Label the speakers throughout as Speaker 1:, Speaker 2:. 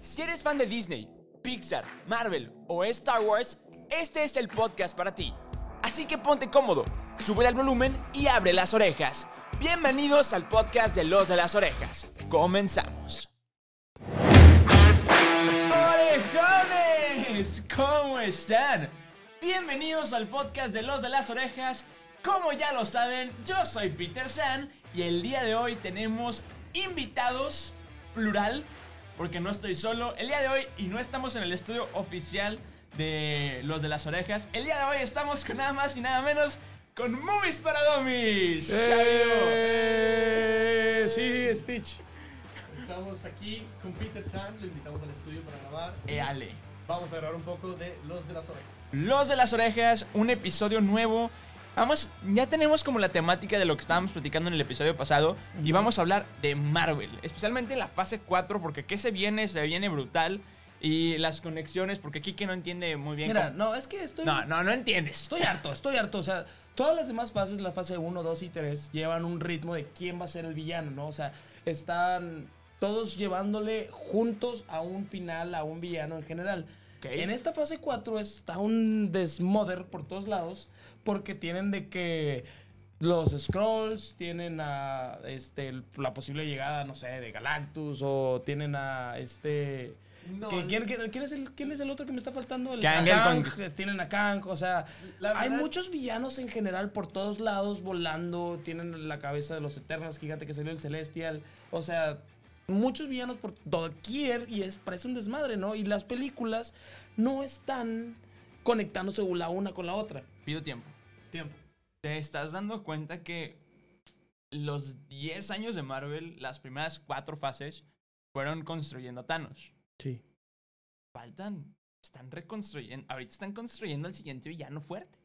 Speaker 1: Si eres fan de Disney, Pixar, Marvel o Star Wars, este es el podcast para ti. Así que ponte cómodo, sube el volumen y abre las orejas. Bienvenidos al podcast de Los de las Orejas. Comenzamos. ¡Orejones! ¿Cómo están? Bienvenidos al podcast de Los de las Orejas. Como ya lo saben, yo soy Peter San y el día de hoy tenemos invitados, plural, porque no estoy solo. El día de hoy, y no estamos en el estudio oficial de Los de las Orejas, el día de hoy estamos con nada más y nada menos con Movies para Dummies.
Speaker 2: ¡Eh! Sí, Stitch.
Speaker 3: Estamos aquí con Peter Sam, lo invitamos al estudio para grabar.
Speaker 1: Chayo. Eh, Ale.
Speaker 3: Vamos a grabar un poco de Los de las Orejas.
Speaker 1: Los de las Orejas, un episodio nuevo. Vamos, ya tenemos como la temática de lo que estábamos platicando en el episodio pasado y vamos a hablar de Marvel, especialmente la fase 4 porque qué se viene, se viene brutal y las conexiones porque Kike no entiende muy bien.
Speaker 4: Mira,
Speaker 1: cómo-
Speaker 4: no, es que estoy.
Speaker 1: no, no, no entiendes.
Speaker 4: Estoy harto, estoy harto. O sea, todas las demás fases, la fase 1, 2 y 3, llevan un ritmo de quién va a ser el villano, ¿no? O sea, están todos llevándole juntos a un final, a un villano en general.
Speaker 1: Ok.
Speaker 4: En esta fase 4 está un desmother por todos lados, porque tienen de que los Scrolls tienen a este, el- la posible llegada, no sé, de Galactus, o tienen a este.
Speaker 3: No,
Speaker 4: ¿Qui- ¿Quién, quién- quién es el, quién es el otro que me está faltando? El-
Speaker 1: Kang,
Speaker 4: a
Speaker 1: el
Speaker 4: Kang,
Speaker 1: con-
Speaker 4: Tienen a Kang, o sea,
Speaker 3: La
Speaker 4: hay
Speaker 3: verdad-
Speaker 4: muchos villanos en general por todos lados volando. Tienen la cabeza de los Eternas, gigante que salió el Celestial. O sea, muchos villanos por doquier y es, parece un desmadre, ¿no? Y las películas no están conectándose la una con la otra.
Speaker 1: Pido tiempo.
Speaker 3: Tiempo.
Speaker 1: ¿Te estás dando cuenta que los 10 años de Marvel, las primeras 4 fases, fueron construyendo a Thanos?
Speaker 4: Sí.
Speaker 1: Faltan, están reconstruyendo, ahorita están construyendo al siguiente villano fuerte.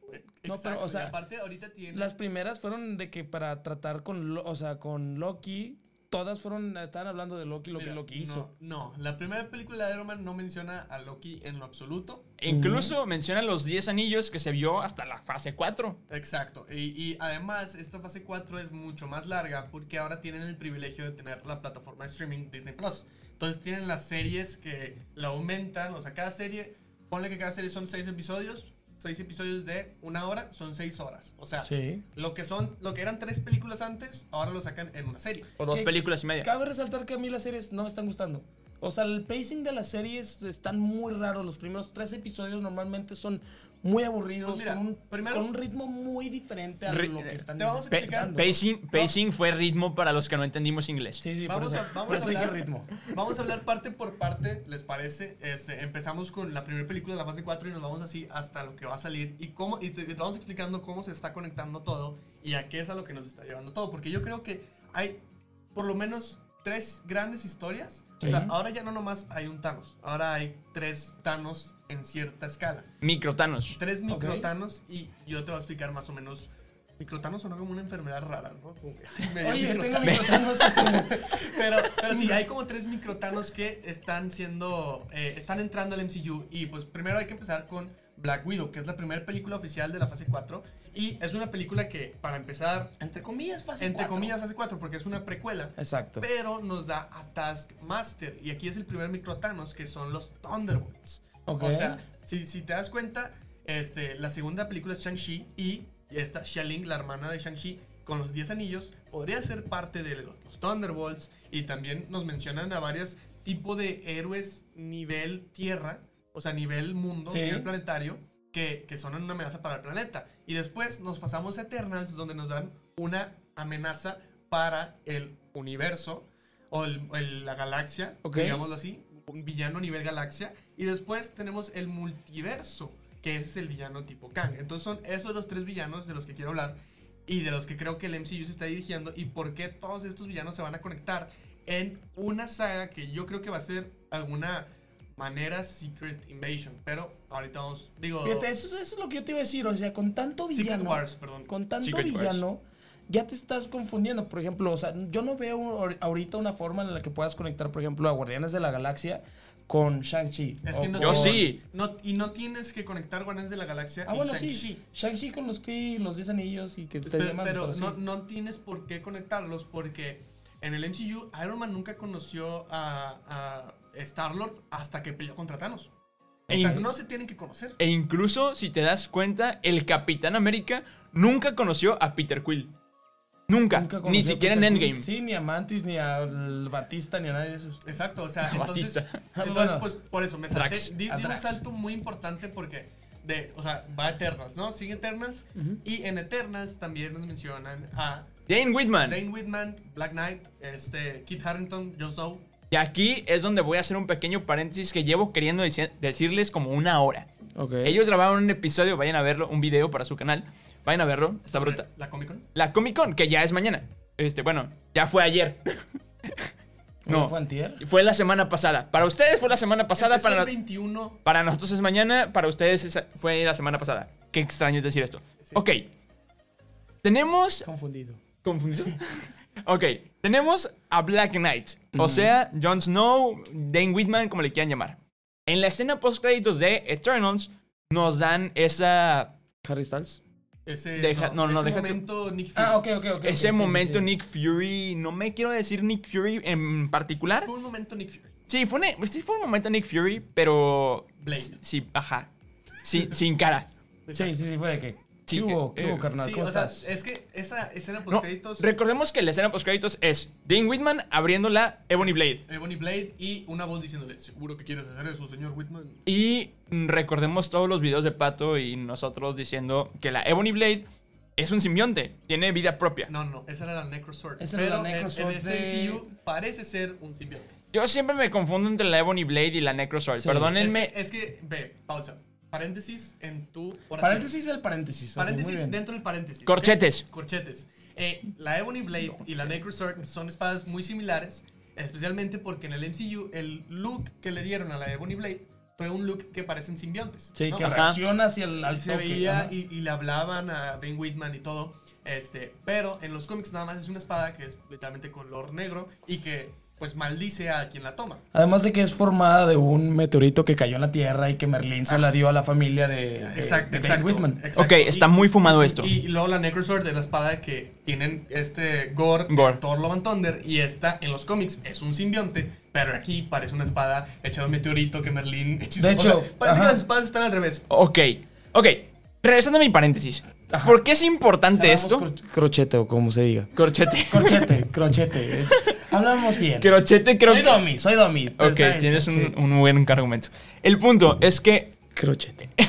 Speaker 4: No, pero, o
Speaker 3: y
Speaker 4: sea,
Speaker 3: aparte ahorita tiene...
Speaker 4: Las primeras fueron de que para tratar con, Lo- o sea, con Loki, todas fueron, estaban hablando de Loki, lo que
Speaker 3: Mira,
Speaker 4: Loki hizo.
Speaker 3: No, no, la primera película de Iron Man no menciona a Loki en lo absoluto.
Speaker 1: E Incluso menciona los 10 anillos que se vio hasta la fase 4.
Speaker 3: Exacto. Y, y además, esta fase 4 es mucho más larga porque ahora tienen el privilegio de tener la plataforma de streaming Disney Plus. Entonces tienen las series que la aumentan. O sea, cada serie, ponle que cada serie son 6 episodios. 6 episodios de una hora son 6 horas. O sea,
Speaker 4: Sí.
Speaker 3: lo que son lo que eran tres películas antes, ahora lo sacan en una serie.
Speaker 1: O dos
Speaker 4: ¿Qué-
Speaker 1: películas y media.
Speaker 4: Cabe resaltar que a mí las series no me están gustando. O sea, el pacing de las series están muy raros. Los primeros tres episodios normalmente son muy aburridos,
Speaker 3: Pues mira,
Speaker 4: con, un,
Speaker 3: primero-
Speaker 4: con un ritmo muy diferente a
Speaker 1: Ri-
Speaker 4: lo que están
Speaker 3: te vamos a
Speaker 4: este
Speaker 1: Pe-
Speaker 3: explicando.
Speaker 1: pacing pacing fue ritmo para los que no entendimos inglés.
Speaker 4: Sí, sí,
Speaker 3: Vamos
Speaker 4: por
Speaker 3: a-
Speaker 4: eso,
Speaker 3: vamos
Speaker 4: por
Speaker 3: a
Speaker 4: eso dije
Speaker 3: hablar-
Speaker 4: ritmo.
Speaker 3: Vamos a hablar parte por parte, ¿les parece? Este, empezamos con la primera película de la fase 4 y nos vamos así hasta lo que va a salir y cómo y te, te vamos explicando cómo se está conectando todo y a qué es a lo que nos está llevando todo, porque yo creo que hay por lo menos tres grandes historias. O sea,
Speaker 4: Sí.
Speaker 3: ahora ya no nomás hay un Thanos, ahora hay tres Thanos en cierta escala.
Speaker 1: Microtanos.
Speaker 3: Tres
Speaker 4: Ok.
Speaker 3: microtanos y yo te voy a explicar más o menos Microtanos son como una enfermedad rara, ¿no? Como que, ay, me dio
Speaker 4: Oye, tengo
Speaker 3: microtanos.
Speaker 4: mis gusanos, este,
Speaker 3: Pero, pero sí, hay como tres microtanos que están siendo. eh, están entrando al MCU. Y pues primero hay que empezar con Black Widow, que es la primera película oficial de la fase 4. Y es una película que, para empezar,
Speaker 4: Entre comillas, fácil.
Speaker 3: entre comillas, fase 4, porque es una precuela.
Speaker 4: Exacto.
Speaker 3: Pero nos da a Taskmaster. Y aquí es el primer microtanos, que son los Thunderbolts.
Speaker 4: Ok.
Speaker 3: O sea, si, si te das cuenta, este, la segunda película es Shang-Chi y esta Xialing, la hermana de Shang-Chi, con los 10 anillos, podría ser parte de los, los Thunderbolts. Y también nos mencionan a varios tipos de héroes nivel tierra, o sea, nivel mundo,
Speaker 4: Sí.
Speaker 3: nivel planetario, que, que son una amenaza para el planeta. Y después nos pasamos a Eternals, donde nos dan una amenaza para el universo o el- el- la galaxia,
Speaker 4: Ok.
Speaker 3: digámoslo así, un villano nivel galaxia. Y después tenemos el multiverso, que es el villano tipo Kang. Entonces son esos los tres villanos de los que quiero hablar y de los que creo que el MCU se está dirigiendo y por qué todos estos villanos se van a conectar en una saga que yo creo que va a ser alguna manera Secret Invasion. Pero ahorita vamos, digo,
Speaker 4: Fíjate, eso, es- eso es lo que yo te iba a decir. O sea, con tanto
Speaker 3: Secret
Speaker 4: villano.
Speaker 3: Wars, perdón.
Speaker 4: con tanto
Speaker 1: Secret Wars.
Speaker 4: villano, ya te estás confundiendo. Por ejemplo, o sea, yo no veo ahor- ahorita una forma en la que puedas conectar, por ejemplo, a Guardianes de la Galaxia con Shang-Chi.
Speaker 3: Es
Speaker 4: o
Speaker 3: que no
Speaker 1: Oh, Yo
Speaker 4: con-
Speaker 3: tienes-
Speaker 1: sí.
Speaker 3: no- y no tienes que conectar Guardianes de la Galaxia
Speaker 4: Ah,
Speaker 3: y
Speaker 4: bueno,
Speaker 3: Shang-Chi.
Speaker 4: sí. Shang-Chi con los Kree, los 10 anillos y que te
Speaker 3: Pero,
Speaker 4: llaman.
Speaker 3: pero
Speaker 4: pero sí.
Speaker 3: no, no tienes por qué conectarlos porque en el MCU Iron Man nunca conoció a, a Star-Lord hasta que peleó contra Thanos. O sea,
Speaker 1: Ey.
Speaker 3: no se tienen que conocer.
Speaker 1: E incluso, si te das cuenta, el Capitán América nunca conoció a Peter Quill. Nunca.
Speaker 4: Nunca conocí
Speaker 1: ni
Speaker 4: a
Speaker 1: siquiera en
Speaker 4: Peter Quill.
Speaker 1: Endgame.
Speaker 4: Sí, ni a Mantis, ni a l- Batista, ni a nadie de esos.
Speaker 3: Exacto, o sea,
Speaker 1: A
Speaker 3: entonces,
Speaker 1: Batista. Ah,
Speaker 3: entonces
Speaker 4: Bueno.
Speaker 3: pues por eso me salté,
Speaker 1: Drax.
Speaker 3: di,
Speaker 4: A
Speaker 3: di un
Speaker 4: Drax.
Speaker 3: salto muy importante porque de, o sea, va a Eternals, ¿no? Sigue Eternals y en Eternals también nos mencionan a
Speaker 1: Jane Whitman.
Speaker 3: Dane Whitman, Black Knight, este Kit Harrington, Jon Snow.
Speaker 1: Y aquí es donde voy a hacer un pequeño paréntesis que llevo queriendo deci- decirles como una hora.
Speaker 4: Ok.
Speaker 1: Ellos grabaron un episodio, vayan a verlo, un video para su canal. Vayan a verlo, está bruta.
Speaker 3: La Comic Con.
Speaker 1: La Comic Con, que ya es mañana. Este, bueno, ya fue ayer.
Speaker 4: ¿No
Speaker 1: no,
Speaker 4: fue antier?
Speaker 1: fue la semana pasada. Para ustedes fue la semana pasada,
Speaker 3: Empezó
Speaker 1: para,
Speaker 3: el
Speaker 1: no-
Speaker 3: 21
Speaker 1: para nosotros es mañana, para ustedes es- fue la semana pasada. Qué extraño es decir esto. Ok. Tenemos
Speaker 4: Confundido.
Speaker 1: ¿Confundido? ok, tenemos a Black Knight, o sea, Jon Snow, Dane Whitman, como le quieran llamar. En la escena post créditos de Eternals nos dan esa
Speaker 4: Harry Styles.
Speaker 3: ese
Speaker 1: Deja- no,
Speaker 3: no,
Speaker 1: no,
Speaker 3: ese
Speaker 1: deja tú.
Speaker 3: momento Nick Fury.
Speaker 4: Ah, ok, ok, ok.
Speaker 1: ese momento Nick Fury, no me quiero decir Nick Fury en particular.
Speaker 3: Fue un momento Nick Fury.
Speaker 1: Sí, fue un, e, sí, fue un momento Nick Fury, pero
Speaker 3: Blade.
Speaker 1: sí, sí, ajá. Sí, sin cara.
Speaker 4: Sí, sí, sí, fue de que.
Speaker 1: Sí,
Speaker 4: ¿Qué hubo? ¿Qué
Speaker 1: eh,
Speaker 4: hubo, carnal?
Speaker 3: Sí,
Speaker 4: ¿Cómo
Speaker 3: o sea,
Speaker 4: estás?
Speaker 3: es que esa escena
Speaker 1: No,
Speaker 3: post créditos
Speaker 1: recordemos que la escena post créditos es Dane Whitman abriendo la Ebony Blade.
Speaker 3: Ebony Blade y una voz diciéndole, "Seguro que quieres hacer eso, señor Whitman."
Speaker 1: Y mm, recordemos todos los videos de Pato y nosotros diciendo que la Ebony Blade es un simbionte, tiene vida propia.
Speaker 3: No, no, esa era la Necrosword.
Speaker 4: Esa era
Speaker 3: pero
Speaker 4: la Necrosword
Speaker 3: en, en
Speaker 4: de-
Speaker 3: este MCU parece ser un simbionte.
Speaker 1: Yo siempre me confundo entre la Ebony Blade y la Necrosword.
Speaker 4: Sí,
Speaker 1: Perdónenme.
Speaker 3: Es que, es que, ve, pausa. Paréntesis en tu oración.
Speaker 4: Paréntesis el paréntesis. ok, muy
Speaker 3: Paréntesis
Speaker 4: bien.
Speaker 3: dentro del paréntesis.
Speaker 1: Corchetes.
Speaker 3: Ok, Corchetes. Eh, la Ebony Blade y la Necrosword son espadas muy similares, especialmente porque en el MCU el look que le dieron a la Ebony Blade fue un look que parecen simbiontes.
Speaker 4: Sí,
Speaker 3: ¿no?
Speaker 4: que
Speaker 3: O sea,
Speaker 4: reacciona hacia el
Speaker 3: Y
Speaker 4: al
Speaker 3: se
Speaker 4: toque,
Speaker 3: veía
Speaker 4: ajá.
Speaker 3: y, y le hablaban a Dane Whitman y todo. Este, pero en los cómics nada más es una espada que es literalmente color negro y que pues maldice a quien la toma.
Speaker 4: Además de que es formada de un meteorito que cayó en la Tierra y que Merlín se la dio a la familia de, de- de Dave Whitman.
Speaker 1: ok, está
Speaker 3: Y-
Speaker 1: muy fumado esto.
Speaker 3: Y, y luego la Necrosword de la espada que tienen este Gore, de
Speaker 1: Gore.
Speaker 3: Thor Love and Thunder y esta en los cómics es un simbionte, pero aquí parece una espada hecha de un meteorito que Merlin hechizó.
Speaker 4: De
Speaker 3: O sea,
Speaker 4: hecho,
Speaker 3: parece que
Speaker 4: ajá.
Speaker 3: las espadas están al revés.
Speaker 1: ok, ok. Regresando a mi paréntesis.
Speaker 4: Ajá.
Speaker 1: ¿Por qué es importante
Speaker 4: Hablábamos
Speaker 1: esto?
Speaker 4: cro- crochete o como se diga.
Speaker 1: Corchete.
Speaker 4: Crochete, crochete. eh. Hablamos bien.
Speaker 1: Crochete creo
Speaker 4: soy
Speaker 1: que...
Speaker 4: Domi, soy Domi. Te
Speaker 1: Ok,
Speaker 4: está-
Speaker 1: tienes
Speaker 4: sí.
Speaker 1: un, un buen argumento. El punto es que
Speaker 4: Crochete.
Speaker 1: Eh,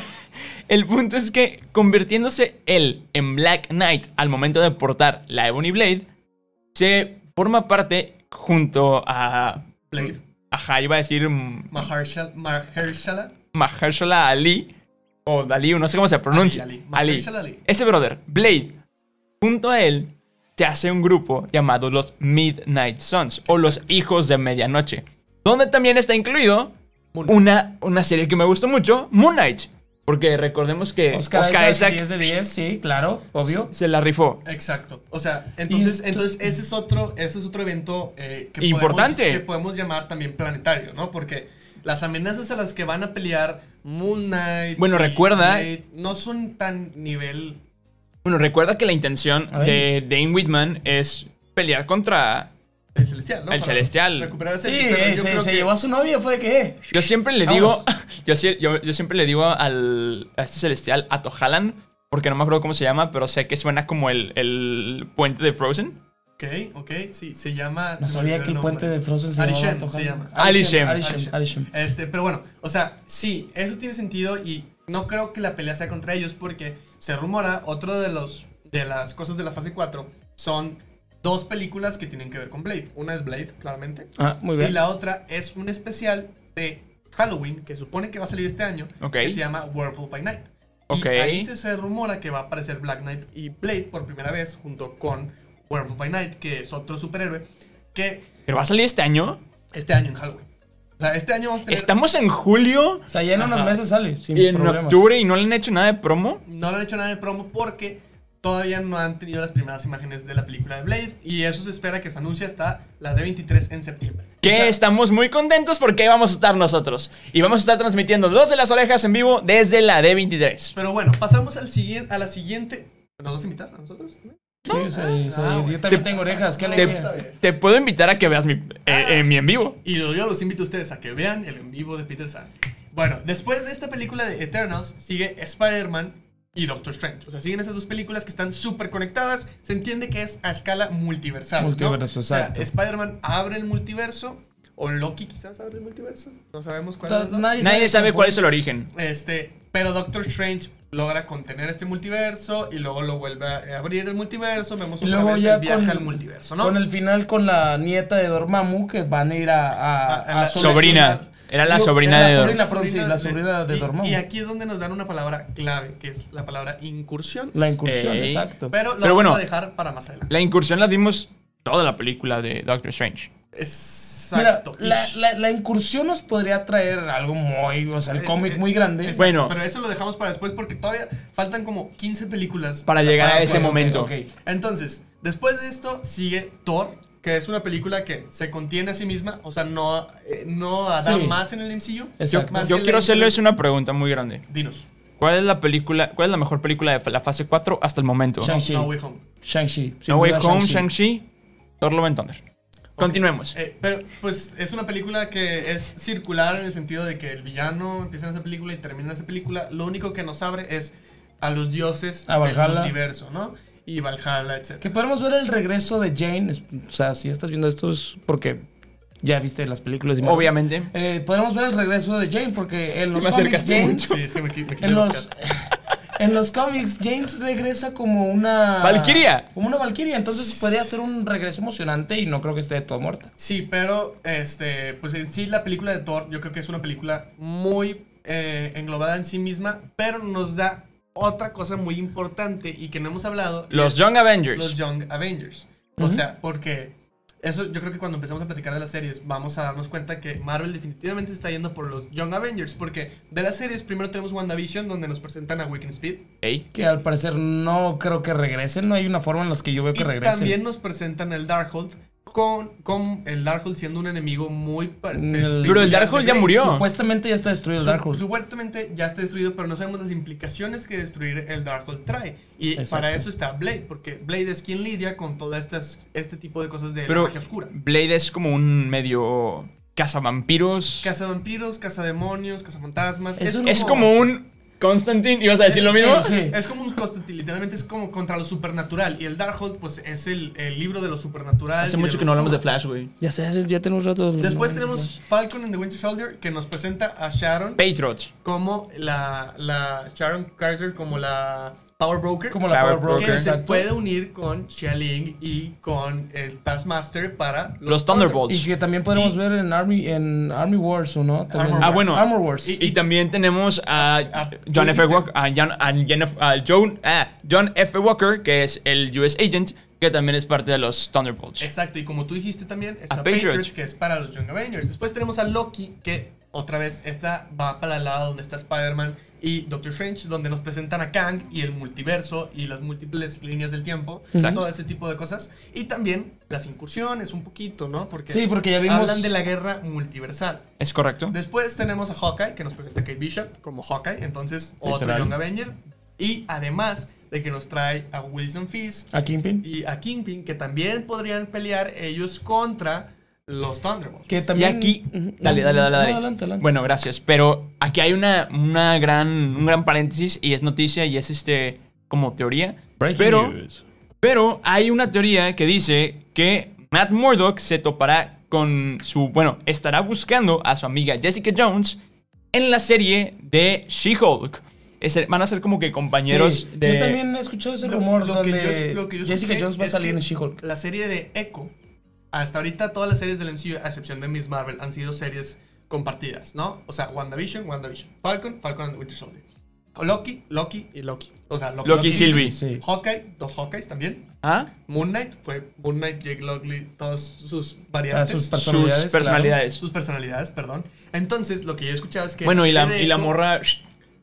Speaker 1: El punto es que convirtiéndose él en Black Knight al momento de portar la Ebony Blade, se forma parte junto a...
Speaker 3: Blade.
Speaker 1: Ajá, iba a decir mm,
Speaker 3: Mahershala, Mahershala
Speaker 1: Mahershala Ali, o Dalí, o no sé cómo se pronuncia.
Speaker 3: Ali, Ali.
Speaker 1: Ali.
Speaker 3: Mahershala Ali.
Speaker 1: Ese brother, Blade, junto a él, se hace un grupo llamado los Midnight Sons, o los Hijos de Medianoche, donde también está incluido
Speaker 3: Moon
Speaker 1: una, una serie que me gustó mucho, Moon Knight. Porque recordemos que
Speaker 4: Oscar,
Speaker 1: Oscar,
Speaker 4: Isaac,
Speaker 1: Isaac
Speaker 4: 10 de 10, sí, claro, obvio.
Speaker 1: se la rifó.
Speaker 3: Exacto. O sea, entonces,
Speaker 4: esto-
Speaker 3: entonces ese es otro, ese es otro evento eh, que
Speaker 1: Importante.
Speaker 3: Podemos, que podemos llamar también planetario, ¿no? Porque las amenazas a las que van a pelear Moon Knight.
Speaker 1: Bueno,
Speaker 3: y
Speaker 1: recuerda-
Speaker 3: Blade no son tan nivel.
Speaker 1: Bueno, recuerda que la intención
Speaker 4: A
Speaker 1: de
Speaker 4: ver.
Speaker 1: Dane Whitman es pelear contra...
Speaker 3: El celestial, ¿no?
Speaker 1: El Celestial.
Speaker 3: Recuperar el
Speaker 4: Sí,
Speaker 3: celestial. pero
Speaker 4: eh,
Speaker 3: yo
Speaker 4: se,
Speaker 3: creo
Speaker 4: se
Speaker 3: que-
Speaker 4: llevó a su novia, fue de que. eh,
Speaker 1: Yo siempre le
Speaker 4: Vamos.
Speaker 1: digo... Yo, sie- yo- yo siempre le digo al, a este celestial, a Tohalan, porque no me acuerdo cómo se llama, pero sé que suena como el, el puente de Frozen.
Speaker 3: Ok, ok, sí, se llama.
Speaker 4: No
Speaker 3: se me
Speaker 4: sabía
Speaker 3: olvidó
Speaker 4: que el
Speaker 3: nombre.
Speaker 4: puente de Frozen se
Speaker 3: Arishem
Speaker 4: llamaba
Speaker 3: se llama.
Speaker 1: Arishem.
Speaker 4: Arishem. Arishem.
Speaker 3: Este, pero bueno, o sea, sí, eso tiene sentido y no creo que la pelea sea contra ellos porque se rumora otro de los de las cosas de la fase 4 son dos películas que tienen que ver con Blade. Una es Blade, claramente,
Speaker 4: Ah, muy
Speaker 3: y
Speaker 4: bien.
Speaker 3: la otra es un especial de Halloween que supone que va a salir este año,
Speaker 1: Ok.
Speaker 3: que se llama Werewolf by Night.
Speaker 1: Ok.
Speaker 3: Y ahí se, se rumora que va a aparecer Black Knight y Blade por primera vez junto con Werewolf by Night, que es otro superhéroe que
Speaker 1: Pero va a salir este año.
Speaker 3: este año en Halloween. O sea, este año vamos a tener
Speaker 1: Estamos en julio
Speaker 4: O sea, ya en unos
Speaker 3: Ajá.
Speaker 4: meses sale, sin
Speaker 1: y en
Speaker 4: problemas.
Speaker 1: octubre y no le han hecho nada de promo.
Speaker 3: no le han hecho nada de promo porque todavía no han tenido las primeras imágenes de la película de Blade y eso se espera que se anuncie hasta la de 23 en septiembre.
Speaker 1: Que
Speaker 3: Claro,
Speaker 1: estamos muy contentos porque ahí vamos a estar nosotros. Y vamos a estar transmitiendo Los de las Orejas en vivo desde la D23.
Speaker 3: Pero bueno, pasamos al siguiente, a la siguiente... ¿Nos vas a invitar a nosotros?
Speaker 4: Sí, soy- soy-
Speaker 3: Ah,
Speaker 4: yo
Speaker 3: bueno.
Speaker 4: también tengo orejas, qué
Speaker 1: Te,
Speaker 4: alegría.
Speaker 1: te puedo invitar a que veas mi,
Speaker 4: Ah.
Speaker 1: eh, eh, mi en vivo.
Speaker 3: Y yo los invito a ustedes a que vean el en vivo de Peter Sand. Bueno, después de esta película de Eternals, sigue Spider-Man y Doctor Strange. O sea, siguen esas dos películas que están súper conectadas. Se entiende que es a escala multiversal. ¿no?
Speaker 4: Multiverso,
Speaker 3: O sea,
Speaker 4: exacto.
Speaker 3: Spider-Man abre el multiverso. O Loki quizás abre el multiverso. No sabemos cuál
Speaker 4: Ta-
Speaker 3: es. ¿no?
Speaker 1: Nadie sabe
Speaker 4: quién
Speaker 1: cuál
Speaker 4: fue.
Speaker 1: es el origen.
Speaker 3: Este, pero Doctor Strange logra contener este multiverso y luego lo vuelve a abrir el multiverso. Vemos
Speaker 4: Y
Speaker 3: otra
Speaker 4: luego
Speaker 3: vez
Speaker 4: ya
Speaker 3: el viaje
Speaker 4: con-
Speaker 3: al multiverso, ¿no?
Speaker 4: Con el final con la nieta de Dormammu que van a ir a... a-
Speaker 3: A- a
Speaker 4: a
Speaker 3: Ah, la-
Speaker 4: solucionar-
Speaker 1: Sobrina. Era la
Speaker 4: Digo,
Speaker 1: sobrina
Speaker 4: era
Speaker 1: de
Speaker 4: la
Speaker 1: Dor-
Speaker 4: sobrina, perdón, sí, la sobrina de
Speaker 3: y-
Speaker 4: Dormammu.
Speaker 3: Y aquí es donde nos dan una palabra clave, que es la palabra incursión.
Speaker 4: La incursión,
Speaker 1: Ey.
Speaker 4: exacto.
Speaker 3: Pero la
Speaker 1: Pero
Speaker 3: vamos
Speaker 1: bueno.
Speaker 3: a dejar para más adelante.
Speaker 1: La incursión la dimos toda la película de Doctor Strange.
Speaker 4: Mira,
Speaker 3: Exacto.
Speaker 4: la,
Speaker 3: Ish.
Speaker 4: la- la incursión nos podría traer algo muy, o sea, el
Speaker 3: Eh,
Speaker 4: cómic
Speaker 3: eh,
Speaker 4: muy grande.
Speaker 3: Exacto,
Speaker 1: Bueno.
Speaker 3: Pero eso lo dejamos para después porque todavía faltan como 15 películas.
Speaker 1: Para llegar a
Speaker 3: pasar
Speaker 1: ese
Speaker 3: por-
Speaker 4: Ok,
Speaker 1: momento.
Speaker 4: ok.
Speaker 3: Entonces, después de esto sigue Thor, que es una película que se contiene a sí misma, o sea, no, eh, no da
Speaker 4: Sí.
Speaker 3: más en el MCU.
Speaker 4: Exacto.
Speaker 3: Más
Speaker 1: Yo
Speaker 3: que
Speaker 1: quiero
Speaker 3: la-
Speaker 1: hacerles una pregunta muy grande.
Speaker 3: Dinos.
Speaker 1: ¿Cuál es la película, cuál es la mejor película de la fase 4 hasta el momento?
Speaker 4: Shang- Shang-Chi.
Speaker 3: No Way Home.
Speaker 4: Shang-Chi. sin
Speaker 1: No Way
Speaker 4: duda,
Speaker 1: Home,
Speaker 4: Shang-Chi.
Speaker 1: Shang-Chi, Thor Love and Thunder. Continuemos.
Speaker 3: Eh, pero, pues, es una película que es circular en el sentido de que el villano empieza en esa película y termina en esa película. Lo único que nos abre es a los dioses
Speaker 4: A Valhalla.
Speaker 3: del universo, ¿no? Y Valhalla, etc.
Speaker 4: Que podemos ver el regreso de Jane. es- O sea, si estás viendo esto es porque ya viste las películas. y-
Speaker 1: Obviamente.
Speaker 4: Eh, podemos ver el regreso de Jane porque en los
Speaker 1: me
Speaker 4: cómics
Speaker 1: acercaste
Speaker 4: Jane...
Speaker 1: mucho.
Speaker 3: Sí, es que me, qui- me quité
Speaker 4: En
Speaker 3: los
Speaker 4: los,
Speaker 3: cat-
Speaker 4: en los cómics, James regresa como una...
Speaker 1: Valquiria.
Speaker 4: Como una valquiria. Entonces podría ser un regreso emocionante y no creo que esté de todo muerta.
Speaker 3: Sí, pero, este, pues en sí la película de Thor yo creo que es una película muy eh, englobada en sí misma, pero nos da otra cosa muy importante y que no hemos hablado. y
Speaker 1: Los
Speaker 3: es-
Speaker 1: Young Avengers.
Speaker 3: los Young Avengers. O
Speaker 4: Ujú.
Speaker 3: sea, porque eso yo creo que cuando empezamos a platicar de las series vamos a darnos cuenta que Marvel definitivamente se está yendo por los Young Avengers. Porque de las series primero tenemos WandaVision donde nos presentan a Wiccan Speed.
Speaker 1: Ey.
Speaker 4: Que al parecer no creo que regresen. No hay una forma en la que yo veo que
Speaker 3: Y
Speaker 4: regresen.
Speaker 3: también nos presentan el Darkhold con, con el Darkhold siendo un enemigo muy... par-
Speaker 4: El-
Speaker 3: eh,
Speaker 1: Pero el
Speaker 3: peculiar
Speaker 1: Darkhold
Speaker 3: de
Speaker 1: ya
Speaker 3: Grey.
Speaker 1: murió.
Speaker 4: Supuestamente ya está destruido el
Speaker 3: Su-
Speaker 4: Darkhold.
Speaker 3: Supuestamente ya está destruido, pero no sabemos las implicaciones que destruir el Darkhold trae. Y
Speaker 4: Exacto.
Speaker 3: para eso está Blade, porque Blade es quien lidia con todo este tipo de cosas de la
Speaker 1: Pero-
Speaker 3: magia oscura.
Speaker 1: Blade es como un medio cazavampiros.
Speaker 3: Cazavampiros, cazademonios, cazafantasmas.
Speaker 4: Es un-
Speaker 1: es como un Constantine. ¿Ibas a decir lo
Speaker 3: Sí,
Speaker 1: mismo?
Speaker 4: sí.
Speaker 3: Es como un Constantine, literalmente es como contra lo supernatural. Y el Darkhold, pues es el, el libro de lo supernatural. y
Speaker 1: Hace
Speaker 3: de
Speaker 1: mucho
Speaker 3: lo
Speaker 1: que no hablamos de
Speaker 3: oscuro.
Speaker 1: Flash, güey.
Speaker 4: Ya sé, ya tenemos rato.
Speaker 3: Después
Speaker 4: No,
Speaker 3: tenemos Falcon and the Winter Soldier, que nos presenta a Sharon
Speaker 1: Patriots.
Speaker 3: como la, la Sharon Carter, como la Power Broker.
Speaker 4: Como la
Speaker 1: Power
Speaker 4: Power
Speaker 1: Broker.
Speaker 4: Broker.
Speaker 3: que se
Speaker 4: exacto.
Speaker 3: puede unir con Xia Ling y con el Taskmaster para
Speaker 1: Los Thunderbolts.
Speaker 4: Y que también podemos ver en Army, en Army Wars, ¿o no? También.
Speaker 3: Armor Ah, Wars.
Speaker 1: bueno.
Speaker 4: Armor Wars.
Speaker 1: Y, y también tenemos a John F. Walker, a Jan- a Jan F- a John, ah, John F. Walker, que es el US Agent, que también es parte de los Thunderbolts.
Speaker 3: Exacto, y como tú dijiste también, está
Speaker 1: A Patriot.
Speaker 3: Patriot. que es para los Young Avengers. Después tenemos a Loki, que otra vez esta va para el lado donde está Spider-Man y Doctor Strange, donde nos presentan a Kang y el multiverso y las múltiples líneas del tiempo,
Speaker 1: Exacto.
Speaker 3: todo ese tipo de cosas. Y también las incursiones, un poquito, ¿no? Porque
Speaker 4: Sí, porque ya vimos.
Speaker 3: hablan de la guerra multiversal.
Speaker 1: ¿Es correcto?
Speaker 3: Después tenemos a Hawkeye, que nos presenta a Kate Bishop como Hawkeye, entonces otro
Speaker 4: Literal.
Speaker 3: Young Avenger. Y además de que nos trae a Wilson Fisk,
Speaker 4: A Kingpin.
Speaker 3: y a Kingpin que también podrían pelear ellos contra los Thunderbolts.
Speaker 4: Que
Speaker 1: Y
Speaker 4: también.
Speaker 1: aquí,
Speaker 4: Ujú.
Speaker 1: dale, dale, dale,
Speaker 4: No,
Speaker 1: dale.
Speaker 4: adelante, adelante.
Speaker 1: Bueno, gracias. Pero aquí hay una, una gran, un gran paréntesis y es noticia y es este como teoría. pero, pero hay una teoría que dice que Matt Murdock se topará con su, bueno, estará buscando a su amiga Jessica Jones en la serie de She-Hulk. Es- Van a ser como que compañeros
Speaker 4: Sí,
Speaker 1: de...
Speaker 4: Yo también he escuchado ese
Speaker 3: Lo-
Speaker 4: rumor
Speaker 3: lo que
Speaker 4: donde
Speaker 3: yo- lo que yo
Speaker 4: Jessica
Speaker 3: escuché
Speaker 4: Jones va a
Speaker 3: es
Speaker 4: salir
Speaker 3: que
Speaker 4: en She-Hulk.
Speaker 3: La serie de Echo, hasta ahorita todas las series del MCU, a excepción de Miss Marvel, han sido series compartidas, ¿no? O sea, WandaVision, WandaVision, Falcon, Falcon and the Winter Soldier. Loki, Loki y Loki. O sea, Loki,
Speaker 1: Loki y Sylvie.
Speaker 4: Sí.
Speaker 3: Hawkeye, dos Hawkeyes también.
Speaker 1: ¿Ah?
Speaker 3: Moon Knight, fue Moon Knight, Jake Lockley, todas sus
Speaker 4: sea,
Speaker 3: variantes.
Speaker 4: Ah, sus
Speaker 3: sus,
Speaker 4: Personalidades,
Speaker 1: Sus personalidades.
Speaker 3: personalidades, perdón. Entonces, lo que yo he escuchado es que...
Speaker 1: Bueno, y la,
Speaker 3: serie de
Speaker 1: y la
Speaker 3: Echo-
Speaker 1: morra...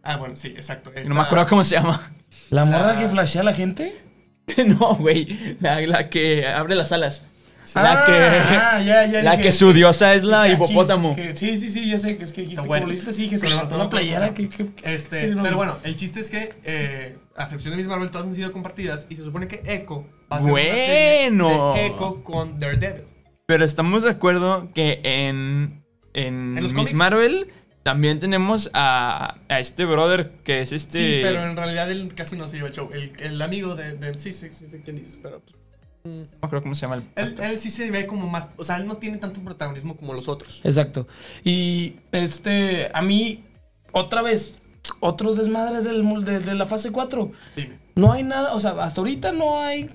Speaker 3: Ah, bueno, sí, exacto.
Speaker 1: No me
Speaker 3: Esta-
Speaker 1: acuerdo cómo se llama.
Speaker 4: La morra
Speaker 3: Ah.
Speaker 4: que flashea a la gente.
Speaker 1: No, güey. La, la que abre las alas. La
Speaker 4: Ah,
Speaker 1: que...
Speaker 4: ah, ya, ya
Speaker 1: La
Speaker 4: dije.
Speaker 1: que su diosa es la
Speaker 4: Ah,
Speaker 1: hipopótamo.
Speaker 4: chis, que- sí, sí, sí, ya sé que es que dijiste
Speaker 3: Está bueno.
Speaker 4: como lo dijiste, sí, dije, se
Speaker 3: Pero no
Speaker 4: levantó una
Speaker 3: me acuerdo
Speaker 4: playera
Speaker 3: cómo se
Speaker 4: que, que- que-
Speaker 3: Este,
Speaker 4: sí, no,
Speaker 3: pero bueno, el chiste es que, eh, a excepción de Miss Marvel, todas han sido compartidas y se supone que Echo Va a ser una serie
Speaker 1: Bueno.
Speaker 3: de Echo con Daredevil.
Speaker 1: Pero estamos de acuerdo que en, en,
Speaker 3: ¿En los
Speaker 1: Miss
Speaker 3: cómics?
Speaker 1: Marvel también tenemos a, a este brother que es este...
Speaker 3: Sí, pero en realidad él casi no se lleva el show. El, el amigo de, de- Sí, sí, sí, sí, ¿quién dices? Pero. pues,
Speaker 1: No creo cómo se llama el...
Speaker 3: él, él sí se ve como más. O sea, él no tiene tanto protagonismo como los otros.
Speaker 4: Exacto. Y este, a mí, otra vez, otros desmadres del, mul- de, de la fase 4.
Speaker 3: Dime.
Speaker 4: No hay nada, o sea, hasta ahorita no hay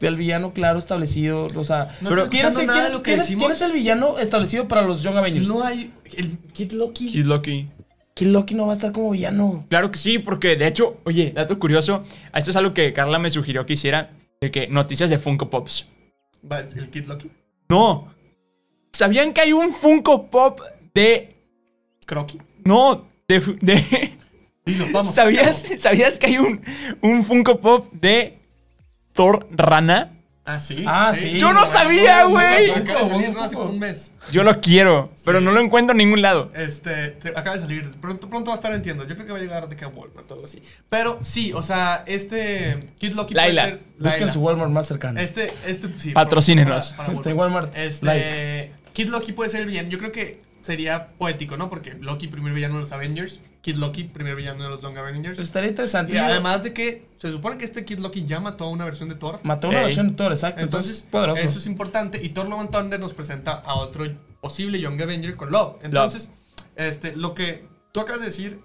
Speaker 4: el villano claro establecido. O sea,
Speaker 3: No
Speaker 1: Pero-
Speaker 3: estoy
Speaker 4: ¿quién, es,
Speaker 3: escuchando
Speaker 4: quién
Speaker 3: nada
Speaker 4: es-
Speaker 3: de lo que
Speaker 4: quién es-
Speaker 3: decimos.
Speaker 4: quién es el villano establecido para los Young Avengers?
Speaker 3: No hay. El Kid Loki.
Speaker 1: Kid Loki.
Speaker 4: Que Loki no va a estar como villano.
Speaker 1: Claro que sí, porque de hecho, oye, dato curioso, esto es algo que Carla me sugirió que hiciera, de que noticias de Funko Pops.
Speaker 3: Va, es el Kid Loki.
Speaker 1: No. ¿Sabían que hay un Funko Pop de...
Speaker 3: Croqui.
Speaker 1: No, de... de-
Speaker 3: Dilo, vamos.
Speaker 1: ¿sabías, ¿Sabías que hay un, un Funko Pop de Thor Rana?
Speaker 3: Ah, sí.
Speaker 4: Ah, sí.
Speaker 1: Yo no sabía, güey.
Speaker 3: Acaba de salir
Speaker 4: Poco,
Speaker 3: ¿no? hace como un mes.
Speaker 1: Yo lo quiero, pero
Speaker 3: Sí.
Speaker 1: no lo encuentro en ningún lado.
Speaker 3: Este, te- acaba de salir. Pronto, pronto va a estar en tiendas. Yo creo que va a llegar de que a Walmart o algo así. Pero sí, o sea, este Kid Loki
Speaker 1: Laila,
Speaker 3: puede ser.
Speaker 4: Busquen
Speaker 3: Laila.
Speaker 4: su Walmart más cercano.
Speaker 3: Este, este, sí.
Speaker 1: Patrocínenos.
Speaker 3: para- para
Speaker 4: Este
Speaker 3: Walmart.
Speaker 4: Walmart.
Speaker 3: Este,
Speaker 4: like.
Speaker 3: Kid Loki puede ser el villano. Yo creo que sería poético, ¿no? Porque Loki, primer villano de los Avengers. Kid Loki, primer villano de los Young Avengers.
Speaker 4: Pues estaría interesante.
Speaker 3: y además de que se supone que este Kid Loki ya mató a una versión de Thor.
Speaker 4: mató una
Speaker 1: Ey.
Speaker 4: versión de Thor, exacto. Entonces,
Speaker 3: eh, Entonces,
Speaker 4: poderoso.
Speaker 3: eso es importante. Y Thor Love and Thunder nos presenta a otro posible Young Avenger con Love. Entonces, este, lo que tú acabas de decir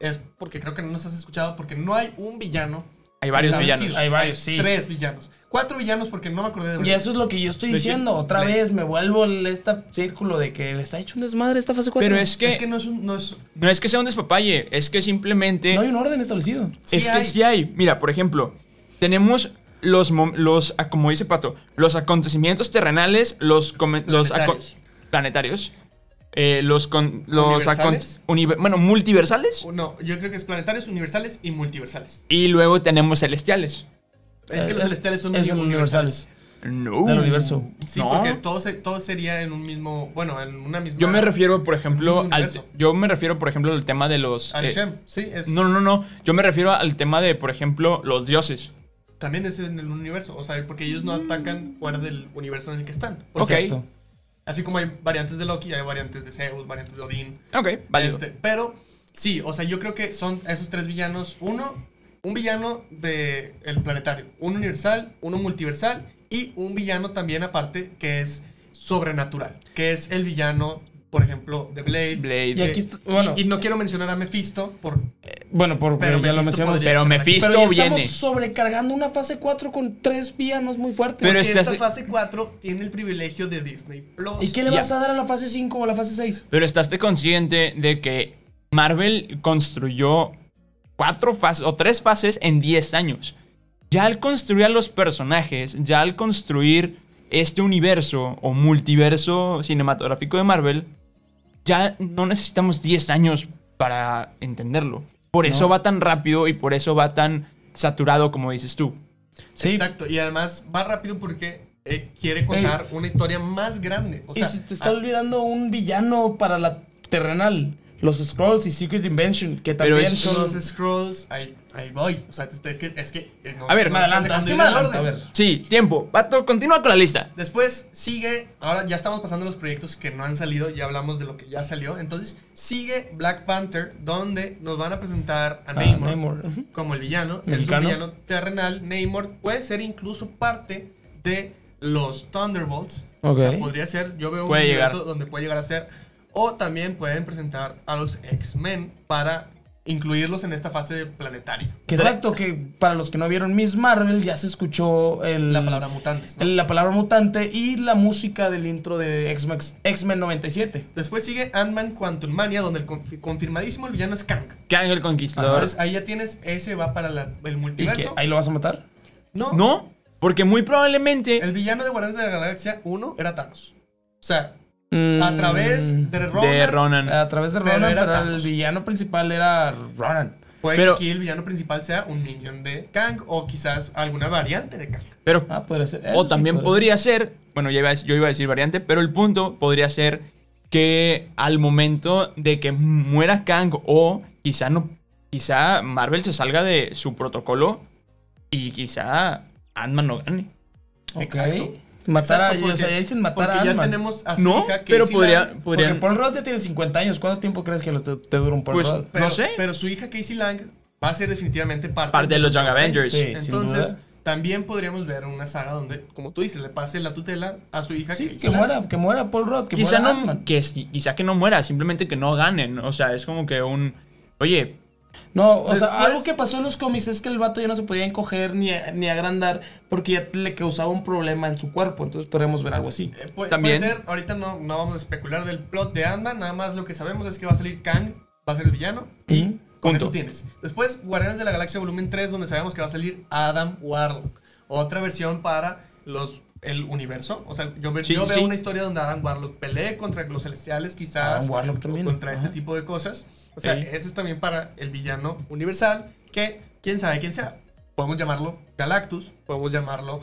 Speaker 3: es porque creo que no nos has escuchado, porque no hay un villano.
Speaker 1: Hay varios
Speaker 3: establecido.
Speaker 1: villanos.
Speaker 4: Hay varios, sí.
Speaker 3: Tres villanos. Cuatro villanos porque no me acordé de
Speaker 4: Y eso es lo que yo estoy
Speaker 3: De
Speaker 4: diciendo.
Speaker 3: que-
Speaker 4: Otra
Speaker 3: de-
Speaker 4: vez me vuelvo en este círculo de que le está hecho un desmadre esta fase 4.
Speaker 1: Pero es que,
Speaker 3: Es que no es un. No es,
Speaker 1: no es que sea un despapalle, es que simplemente...
Speaker 4: No hay un orden establecido.
Speaker 3: sí
Speaker 1: es que
Speaker 3: hay.
Speaker 1: sí hay. Mira, por ejemplo, tenemos los, mom- los ah, como dice Pato, los acontecimientos terrenales, los, come- los aco-
Speaker 3: Planetarios.
Speaker 1: planetarios, eh, los, con- los acon-
Speaker 3: Universales.
Speaker 1: univer- bueno, multiversales,
Speaker 3: No, yo creo que es planetarios, universales y multiversales.
Speaker 1: y luego tenemos celestiales.
Speaker 3: Es que los
Speaker 4: Eh,
Speaker 3: celestiales son
Speaker 4: es
Speaker 3: uni-
Speaker 4: universales.
Speaker 1: No.
Speaker 4: Del universo.
Speaker 3: Sí,
Speaker 1: No.
Speaker 3: porque todo, se- todo sería en un mismo. Bueno, en una misma.
Speaker 1: Yo me refiero, por ejemplo,
Speaker 3: Un
Speaker 1: al,
Speaker 3: universo.
Speaker 1: yo me refiero, por ejemplo, al tema de los...
Speaker 3: Al
Speaker 1: eh,
Speaker 3: Shem, sí, es,
Speaker 1: no, no, no. Yo me refiero al tema de, por ejemplo, los dioses.
Speaker 3: también es en el universo. O sea, porque ellos no atacan fuera del universo en el que están. O
Speaker 1: Ok.
Speaker 3: sea, Así como hay variantes de Loki, hay variantes de Zeus, variantes de Odín.
Speaker 1: Ok, vale.
Speaker 3: Este, pero sí, o sea, yo creo que son esos tres villanos. Uno, un villano del el planetario, un universal, uno multiversal y un villano también aparte que es sobrenatural, que es el villano, por ejemplo, de Blade.
Speaker 1: Blade.
Speaker 4: Y aquí, est-
Speaker 3: Y-
Speaker 4: bueno,
Speaker 3: y, no quiero mencionar a Mephisto por...
Speaker 4: bueno por,
Speaker 3: pero
Speaker 4: ya lo
Speaker 3: Mephisto
Speaker 4: mencionamos.
Speaker 3: podría-
Speaker 1: Pero Mephisto
Speaker 4: Pero ya
Speaker 1: viene.
Speaker 4: estamos sobrecargando una fase 4 con tres villanos muy fuertes.
Speaker 1: Pero
Speaker 3: porque
Speaker 1: este
Speaker 3: esta
Speaker 1: hace-
Speaker 3: fase 4 tiene el privilegio de Disney Plus.
Speaker 4: ¿Y qué le
Speaker 1: Ya.
Speaker 4: vas a dar a la fase 5 o a la fase 6?
Speaker 1: Pero estás consciente de que Marvel construyó cuatro fases o tres fases en 10 años. Ya al construir a los personajes, ya al construir este universo o multiverso cinematográfico de Marvel, ya no necesitamos 10 años para entenderlo. Por eso
Speaker 4: No.
Speaker 1: va tan rápido y por eso va tan saturado como dices tú.
Speaker 4: Sí.
Speaker 3: Exacto, y además va rápido porque eh, quiere contar una historia más grande. O sea, ah,
Speaker 4: y si te está olvidando un villano para la terrenal, los Scrolls y Secret Invention, que
Speaker 1: Pero
Speaker 4: también
Speaker 1: esos
Speaker 4: son.
Speaker 3: Son los scrolls, ahí, ahí voy. O sea, te- te- que- es que. eh, no-
Speaker 1: A ver,
Speaker 3: no
Speaker 4: Me
Speaker 3: estás
Speaker 4: adelanto, es
Speaker 3: dejando
Speaker 4: que
Speaker 3: ir
Speaker 4: me
Speaker 3: en
Speaker 4: adelanto, a
Speaker 3: orden.
Speaker 4: ver.
Speaker 1: Sí, tiempo. Pato, continúa con la lista.
Speaker 3: Después sigue, ahora ya estamos pasando los proyectos que no han salido, ya hablamos de lo que ya salió. Entonces sigue Black Panther, donde nos van a presentar a
Speaker 4: Ah,
Speaker 3: Namor,
Speaker 4: Namor, ujú.
Speaker 3: como el villano. Es un
Speaker 4: Mexicano.
Speaker 3: villano terrenal. Namor puede ser incluso parte de los Thunderbolts.
Speaker 4: Ok.
Speaker 3: O sea, podría ser, yo veo
Speaker 1: Puede
Speaker 3: un
Speaker 1: llegar.
Speaker 3: universo donde puede llegar a ser. O también pueden presentar a los X-Men para incluirlos en esta fase planetaria.
Speaker 4: Que exacto, que para los que no vieron Miss Marvel ya se escuchó el-
Speaker 3: La palabra mutantes, ¿no?
Speaker 4: Mm. el- la palabra mutante y la música del intro de X-Men X-Men 97.
Speaker 3: Después sigue Ant-Man Quantum Mania, donde el confi- confirmadísimo el villano es Kang.
Speaker 1: Kang el Conquistador.
Speaker 3: Entonces ahí ya tienes, ese va para la- el
Speaker 4: ¿Y qué?
Speaker 3: multiverso.
Speaker 4: ¿Ahí lo vas a matar?
Speaker 3: No,
Speaker 1: No, porque muy probablemente
Speaker 3: el villano de Guardianes de la Galaxia 1 era Thanos. O sea, a
Speaker 4: Mm,
Speaker 3: través de Ronan,
Speaker 1: de Ronan.
Speaker 4: A través de
Speaker 3: Pero
Speaker 4: Ronan,
Speaker 3: era
Speaker 4: pero, el
Speaker 3: Thanos.
Speaker 4: villano principal era Ronan.
Speaker 3: puede
Speaker 1: pero-
Speaker 3: que aquí el villano principal sea un minion de Kang o quizás alguna variante de Kang.
Speaker 1: Pero
Speaker 4: Ah, podría ser. eso
Speaker 1: O
Speaker 4: sí
Speaker 1: también
Speaker 4: podría
Speaker 1: podría ser, bueno, ya iba a- yo iba a decir variante, pero el punto podría ser que al momento de que muera Kang o quizá no, quizá Marvel se salga de su protocolo y quizá Ant-Man no gane.
Speaker 3: Exacto.
Speaker 4: Matar a.
Speaker 3: Exacto,
Speaker 4: o sea,
Speaker 3: porque-
Speaker 4: ya dicen matar a
Speaker 3: porque ya
Speaker 4: Ant-Man.
Speaker 3: tenemos a su
Speaker 1: No,
Speaker 3: Ah, hija que
Speaker 1: pero
Speaker 3: es
Speaker 1: podría,
Speaker 3: Lang,
Speaker 1: podrían.
Speaker 4: Porque Paul Rudd ya tiene 50 años. ¿Cuánto tiempo crees que lo te, te dura un Paul
Speaker 1: Pues,
Speaker 4: Rudd?
Speaker 3: pero-
Speaker 1: no sé.
Speaker 3: Pero su hija Casey Lang va a ser definitivamente parte,
Speaker 1: Parte de los Young Avengers.
Speaker 4: Sí. sin
Speaker 3: Entonces,
Speaker 4: duda.
Speaker 3: también podríamos ver una saga donde, como tú dices, le pase la tutela a su hija
Speaker 4: Sí,
Speaker 3: Casey
Speaker 4: que
Speaker 3: Lang.
Speaker 4: muera, que muera Paul Rudd, que
Speaker 1: Quizá
Speaker 4: muera
Speaker 1: no,
Speaker 4: Ant-Man.
Speaker 1: que, si- quizá que no muera, simplemente que no ganen. O sea, es como que un. Oye,
Speaker 4: No, o sea,
Speaker 3: Después-
Speaker 4: algo que pasó en los cómics es que el vato ya no se podía encoger ni, ni agrandar porque ya le causaba un problema en su cuerpo. Entonces podríamos ver algo así.
Speaker 3: Eh, puede,
Speaker 1: También.
Speaker 3: puede ser, ahorita no, no vamos a especular del plot de Ant-Man, nada más lo que sabemos es que va a salir Kang, va a ser el villano.
Speaker 4: Y
Speaker 3: Con
Speaker 1: Punto.
Speaker 3: eso tienes. Después, Guardianes de la Galaxia Volumen 3, donde sabemos que va a salir Adam Warlock. Otra versión para los, el universo. O sea, yo, ve-
Speaker 1: Sí,
Speaker 3: yo
Speaker 1: sí,
Speaker 3: veo
Speaker 1: sí.
Speaker 3: una historia donde Adam Warlock pelee contra los celestiales, quizás.
Speaker 4: Adam Warlock también.
Speaker 3: o Contra este
Speaker 4: Ajá.
Speaker 3: tipo de cosas. O sea,
Speaker 1: Ey.
Speaker 3: ese es también para el villano universal, que quién sabe quién sea. Podemos llamarlo Galactus, podemos llamarlo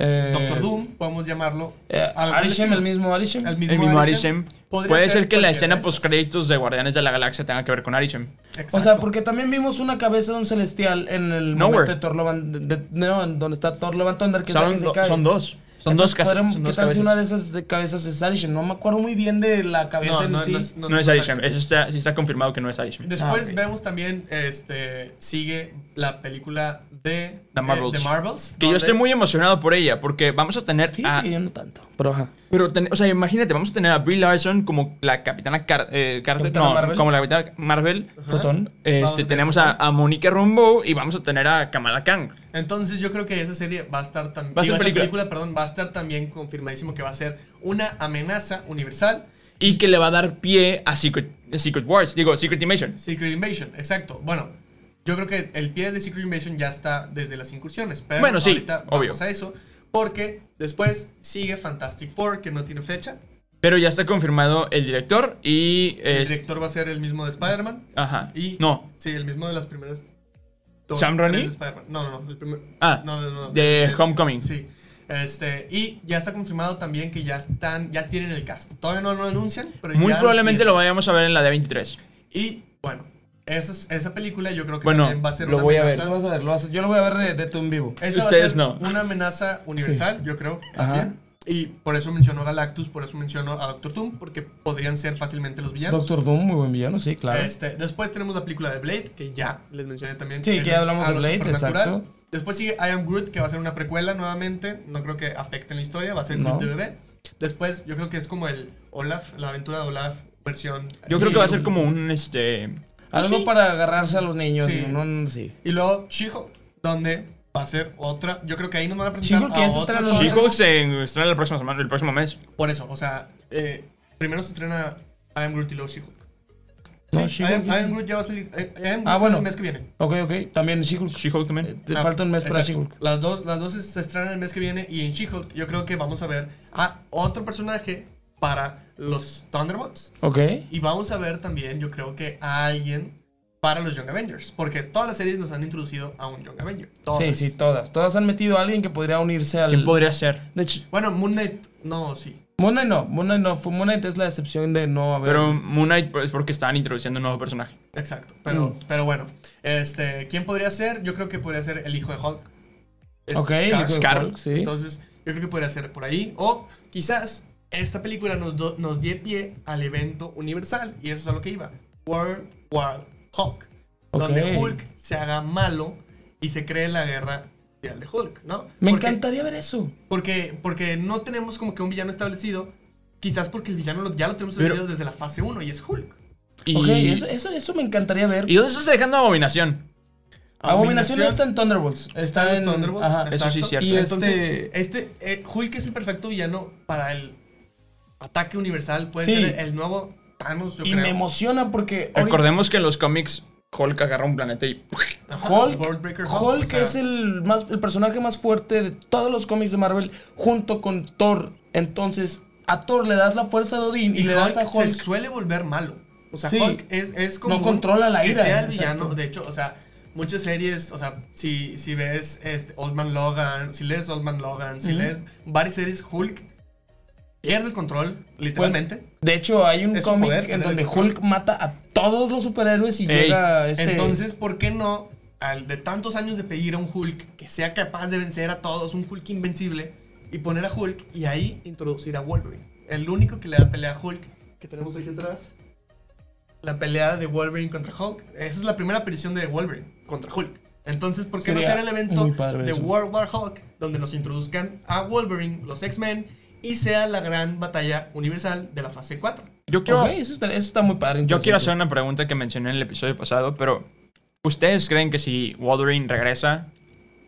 Speaker 4: Eh,
Speaker 3: Doctor Doom, podemos llamarlo
Speaker 4: eh,
Speaker 3: algo del
Speaker 4: Arishem,
Speaker 3: estilo.
Speaker 4: el mismo Arishem.
Speaker 3: el
Speaker 1: el mismo
Speaker 3: Arishem.
Speaker 1: Arishem.
Speaker 3: Podría
Speaker 1: Puede ser que la
Speaker 3: cualquiera
Speaker 1: escena
Speaker 3: de estas.
Speaker 1: post créditos de Guardianes de la Galaxia tenga que ver con Arishem.
Speaker 4: O sea,
Speaker 3: Exacto.
Speaker 4: porque también vimos una cabeza de un celestial en el
Speaker 1: Nowhere.
Speaker 4: momento de Thor Love and- de- de- no, en donde está Thor Love and Thunder, que es la
Speaker 1: Son,
Speaker 4: que se
Speaker 1: do-
Speaker 4: cae.
Speaker 1: son dos. Son dos,
Speaker 4: casas.
Speaker 1: casas son
Speaker 4: ¿Qué
Speaker 1: dos
Speaker 4: tal si una
Speaker 1: cabezas.
Speaker 4: de esas de cabezas es Arishem? No me acuerdo muy bien de la cabeza
Speaker 3: No,
Speaker 4: en
Speaker 3: no,
Speaker 4: sí.
Speaker 3: no es-
Speaker 1: No es Arishem.
Speaker 3: Arishem.
Speaker 1: Eso está, sí está confirmado que no es Arishem.
Speaker 3: Después
Speaker 4: Ah, ok.
Speaker 3: vemos también, este, sigue la película de
Speaker 1: The Marvels.
Speaker 3: de- de Marvels,
Speaker 1: Que yo
Speaker 3: donde-
Speaker 1: estoy muy emocionado por ella, porque vamos a tener
Speaker 4: Fíjate
Speaker 1: a
Speaker 4: que yo no tanto, pero ajá.
Speaker 1: Pero, ten- o sea, imagínate, vamos a tener a Brie Larson como la capitana Car- eh, Carter.
Speaker 4: Capitana
Speaker 1: no,
Speaker 4: Marvel.
Speaker 1: como la capitana Marvel.
Speaker 3: Ajá.
Speaker 4: Fotón.
Speaker 1: Este,
Speaker 3: Vamos a tener
Speaker 1: tenemos
Speaker 3: a-
Speaker 1: a, a Monica Rambeau y vamos a tener a Kamala Khan.
Speaker 3: Entonces yo creo que esa serie va a estar también...
Speaker 1: Va a ser película.
Speaker 3: perdón, va a estar también confirmadísimo que va a ser una amenaza universal.
Speaker 1: Y que le va a dar pie a Secret, eh, Secret Wars, digo, Secret Invasion.
Speaker 3: Secret Invasion, exacto. Bueno, yo creo que el pie de Secret Invasion ya está desde las incursiones, pero
Speaker 1: Bueno, sí,
Speaker 3: ahorita
Speaker 1: obvio.
Speaker 3: vamos a eso. Porque después sigue Fantastic Four, que no tiene fecha.
Speaker 1: Pero ya está confirmado el director y.
Speaker 3: El
Speaker 1: es-
Speaker 3: director va a ser el mismo de Spider-Man.
Speaker 1: Ajá.
Speaker 3: Y
Speaker 1: Este. No,
Speaker 3: Sí, el mismo de las primeras. dos,
Speaker 1: ¿Sam
Speaker 3: tres
Speaker 1: Raimi?
Speaker 3: de Spider-Man. No, no, no. El primer,
Speaker 1: Ah,
Speaker 3: no, no, no,
Speaker 1: de
Speaker 3: el-
Speaker 1: Homecoming.
Speaker 3: Sí. Este, y ya está confirmado también que ya están, ya tienen el cast. Todavía no lo anuncian, pero
Speaker 1: Muy
Speaker 3: ya lo
Speaker 1: probablemente
Speaker 3: tienen.
Speaker 1: lo vayamos a ver en la D23.
Speaker 3: Y bueno, esa, es- esa película yo creo que
Speaker 1: Bueno,
Speaker 3: también va a ser
Speaker 1: lo
Speaker 3: una
Speaker 1: voy a
Speaker 3: amenaza.
Speaker 4: Lo vas a ver, lo vas a- yo lo voy a ver de, de tú en vivo.
Speaker 3: Esa va a
Speaker 1: Ustedes
Speaker 3: ser
Speaker 1: no.
Speaker 3: Una amenaza universal, yo creo.
Speaker 4: Ajá.
Speaker 3: también. Y por eso mencionó a Galactus, por eso mencionó a Doctor Doom, porque podrían ser fácilmente los villanos.
Speaker 4: Doctor Doom, muy buen villano, sí, claro.
Speaker 3: Este, después tenemos la película de Blade, que ya les mencioné también.
Speaker 4: Sí, que ya hablamos de
Speaker 3: algo
Speaker 4: Blade,
Speaker 3: supernatural.
Speaker 4: exacto.
Speaker 3: Después sigue I Am Groot, que va a ser una precuela nuevamente. No creo que afecte en la historia, va a ser
Speaker 4: No.
Speaker 3: Groot de bebé. Después, yo creo que es como el Olaf, la aventura de Olaf, versión.
Speaker 1: Yo creo que va a ser como un. este
Speaker 4: Algo
Speaker 1: sí.
Speaker 4: Ah, para agarrarse a los niños.
Speaker 3: Sí.
Speaker 4: Sí. No, no, sí.
Speaker 3: Y luego She-Hulk, donde va a ser otra. Yo creo que ahí nos van a presentar.
Speaker 4: She-Hulk que
Speaker 3: a
Speaker 4: ya se
Speaker 3: otros-
Speaker 4: estrena en los-
Speaker 1: She-Hulk se estrena la próxima semana, el próximo mes.
Speaker 3: Por eso, o sea, eh, primero se estrena I Am Groot y luego She-Hulk.
Speaker 4: No,
Speaker 3: I,
Speaker 4: She-Hulk
Speaker 3: am, I
Speaker 4: ya se-
Speaker 3: Am Groot ya va a salir. eh, I, I Am Groot
Speaker 4: Ah,
Speaker 3: sale
Speaker 4: bueno.
Speaker 3: el mes que viene.
Speaker 4: Ok, ok. También She-Hulk.
Speaker 1: She-Hulk
Speaker 4: Eh,
Speaker 1: también.
Speaker 4: te
Speaker 3: Ah,
Speaker 4: falta un mes para
Speaker 3: exacto.
Speaker 4: She-Hulk.
Speaker 3: Las dos, las dos se estrenan el mes que viene y en She-Hulk yo creo que vamos a ver a otro personaje para los Thunderbolts
Speaker 4: Ok.
Speaker 3: y vamos a ver también yo creo que a alguien para los Young Avengers porque todas las series nos han introducido a un Young Avenger. Todas.
Speaker 4: Sí, sí, todas. Todas han metido a alguien que podría unirse al.
Speaker 1: ¿Quién podría ser?
Speaker 4: De hecho,
Speaker 3: Bueno, Moon Knight, no, sí.
Speaker 4: Moon Knight no. Moon Knight no. Fue- Moon Knight es la excepción de no haber.
Speaker 1: Pero Moon Knight pues, es porque están introduciendo un nuevo personaje.
Speaker 3: Exacto, pero,
Speaker 4: Mm.
Speaker 3: pero bueno, este, ¿quién podría ser? Yo creo que podría ser el hijo de Hulk. Este,
Speaker 4: ok, el
Speaker 3: Scar.
Speaker 4: hijo de
Speaker 1: Scar.
Speaker 4: Hulk, sí.
Speaker 3: Entonces, yo creo que podría ser por ahí. O quizás esta película nos, do- nos dé pie al evento universal. Y eso es a lo que iba. World War Hulk. Donde
Speaker 4: Ok.
Speaker 3: Hulk se haga malo y se cree la guerra mundial de Hulk, ¿no?
Speaker 4: Me
Speaker 3: Porque-
Speaker 4: encantaría ver eso.
Speaker 3: Porque, porque no tenemos como que un villano establecido. Quizás porque el villano lo- ya lo tenemos establecido desde la fase 1 y es Hulk.
Speaker 1: Y,
Speaker 4: Ok, eso, eso, eso me encantaría ver.
Speaker 1: ¿Y dónde estás dejando Abominación?
Speaker 4: Abominación está en Thunderbolts. Está
Speaker 3: Está en
Speaker 4: en.
Speaker 3: los Thunderbolts,
Speaker 4: Ajá.
Speaker 1: eso sí
Speaker 3: exacto.
Speaker 1: es cierto.
Speaker 4: Y
Speaker 3: Entonces,
Speaker 4: este.
Speaker 3: este, eh, Hulk es el perfecto villano para el ataque universal. Puede
Speaker 4: Sí.
Speaker 3: ser el nuevo Thanos, yo
Speaker 4: Y
Speaker 3: creo.
Speaker 4: me emociona porque. ahorita-
Speaker 1: Recordemos que en los cómics Hulk agarra un planeta y...
Speaker 3: Ajá,
Speaker 4: Hulk,
Speaker 3: World Breaker
Speaker 4: Hulk
Speaker 3: o sea,
Speaker 4: es el, más, el personaje más fuerte de todos los cómics de Marvel junto con Thor. Entonces, a Thor le das la fuerza de Odín y, le das a
Speaker 3: se
Speaker 4: Hulk.
Speaker 3: suele volver malo. O sea,
Speaker 4: Sí.
Speaker 3: Hulk es, es como.
Speaker 4: No controla la
Speaker 3: que
Speaker 4: ira,
Speaker 3: sea el
Speaker 4: exacto.
Speaker 3: villano. De hecho, o sea, muchas series, o sea, si, si ves este, Old Man Logan, si lees Old Man Logan, si
Speaker 4: Ujú.
Speaker 3: lees varias series, Hulk pierde el control, literalmente.
Speaker 4: De hecho, hay un
Speaker 3: Es su
Speaker 4: cómic
Speaker 3: poder,
Speaker 4: en
Speaker 3: tener
Speaker 4: donde
Speaker 3: el control.
Speaker 4: Hulk mata a todos los superhéroes y
Speaker 1: Ey,
Speaker 4: llega este.
Speaker 3: Entonces, ¿por qué no al- de tantos años de pedir a un Hulk que sea capaz de vencer a todos, un Hulk invencible, y poner a Hulk y ahí introducir a Wolverine. El único que le da pelea a Hulk que tenemos aquí atrás. La pelea de Wolverine contra Hulk. Esa es la primera aparición de Wolverine contra Hulk. Entonces, ¿por qué no
Speaker 4: Sería
Speaker 3: hacer el evento
Speaker 4: muy padre
Speaker 3: de
Speaker 4: eso.
Speaker 3: World War Hulk donde nos introduzcan a Wolverine, los X-Men, y sea la gran batalla universal de la fase 4?
Speaker 2: Yo quiero,
Speaker 4: Ok, eso, está, eso está muy padre.
Speaker 2: yo quiero hacer
Speaker 4: interesante.
Speaker 2: una pregunta que mencioné en el episodio pasado, pero ¿ustedes creen que si Wolverine regresa,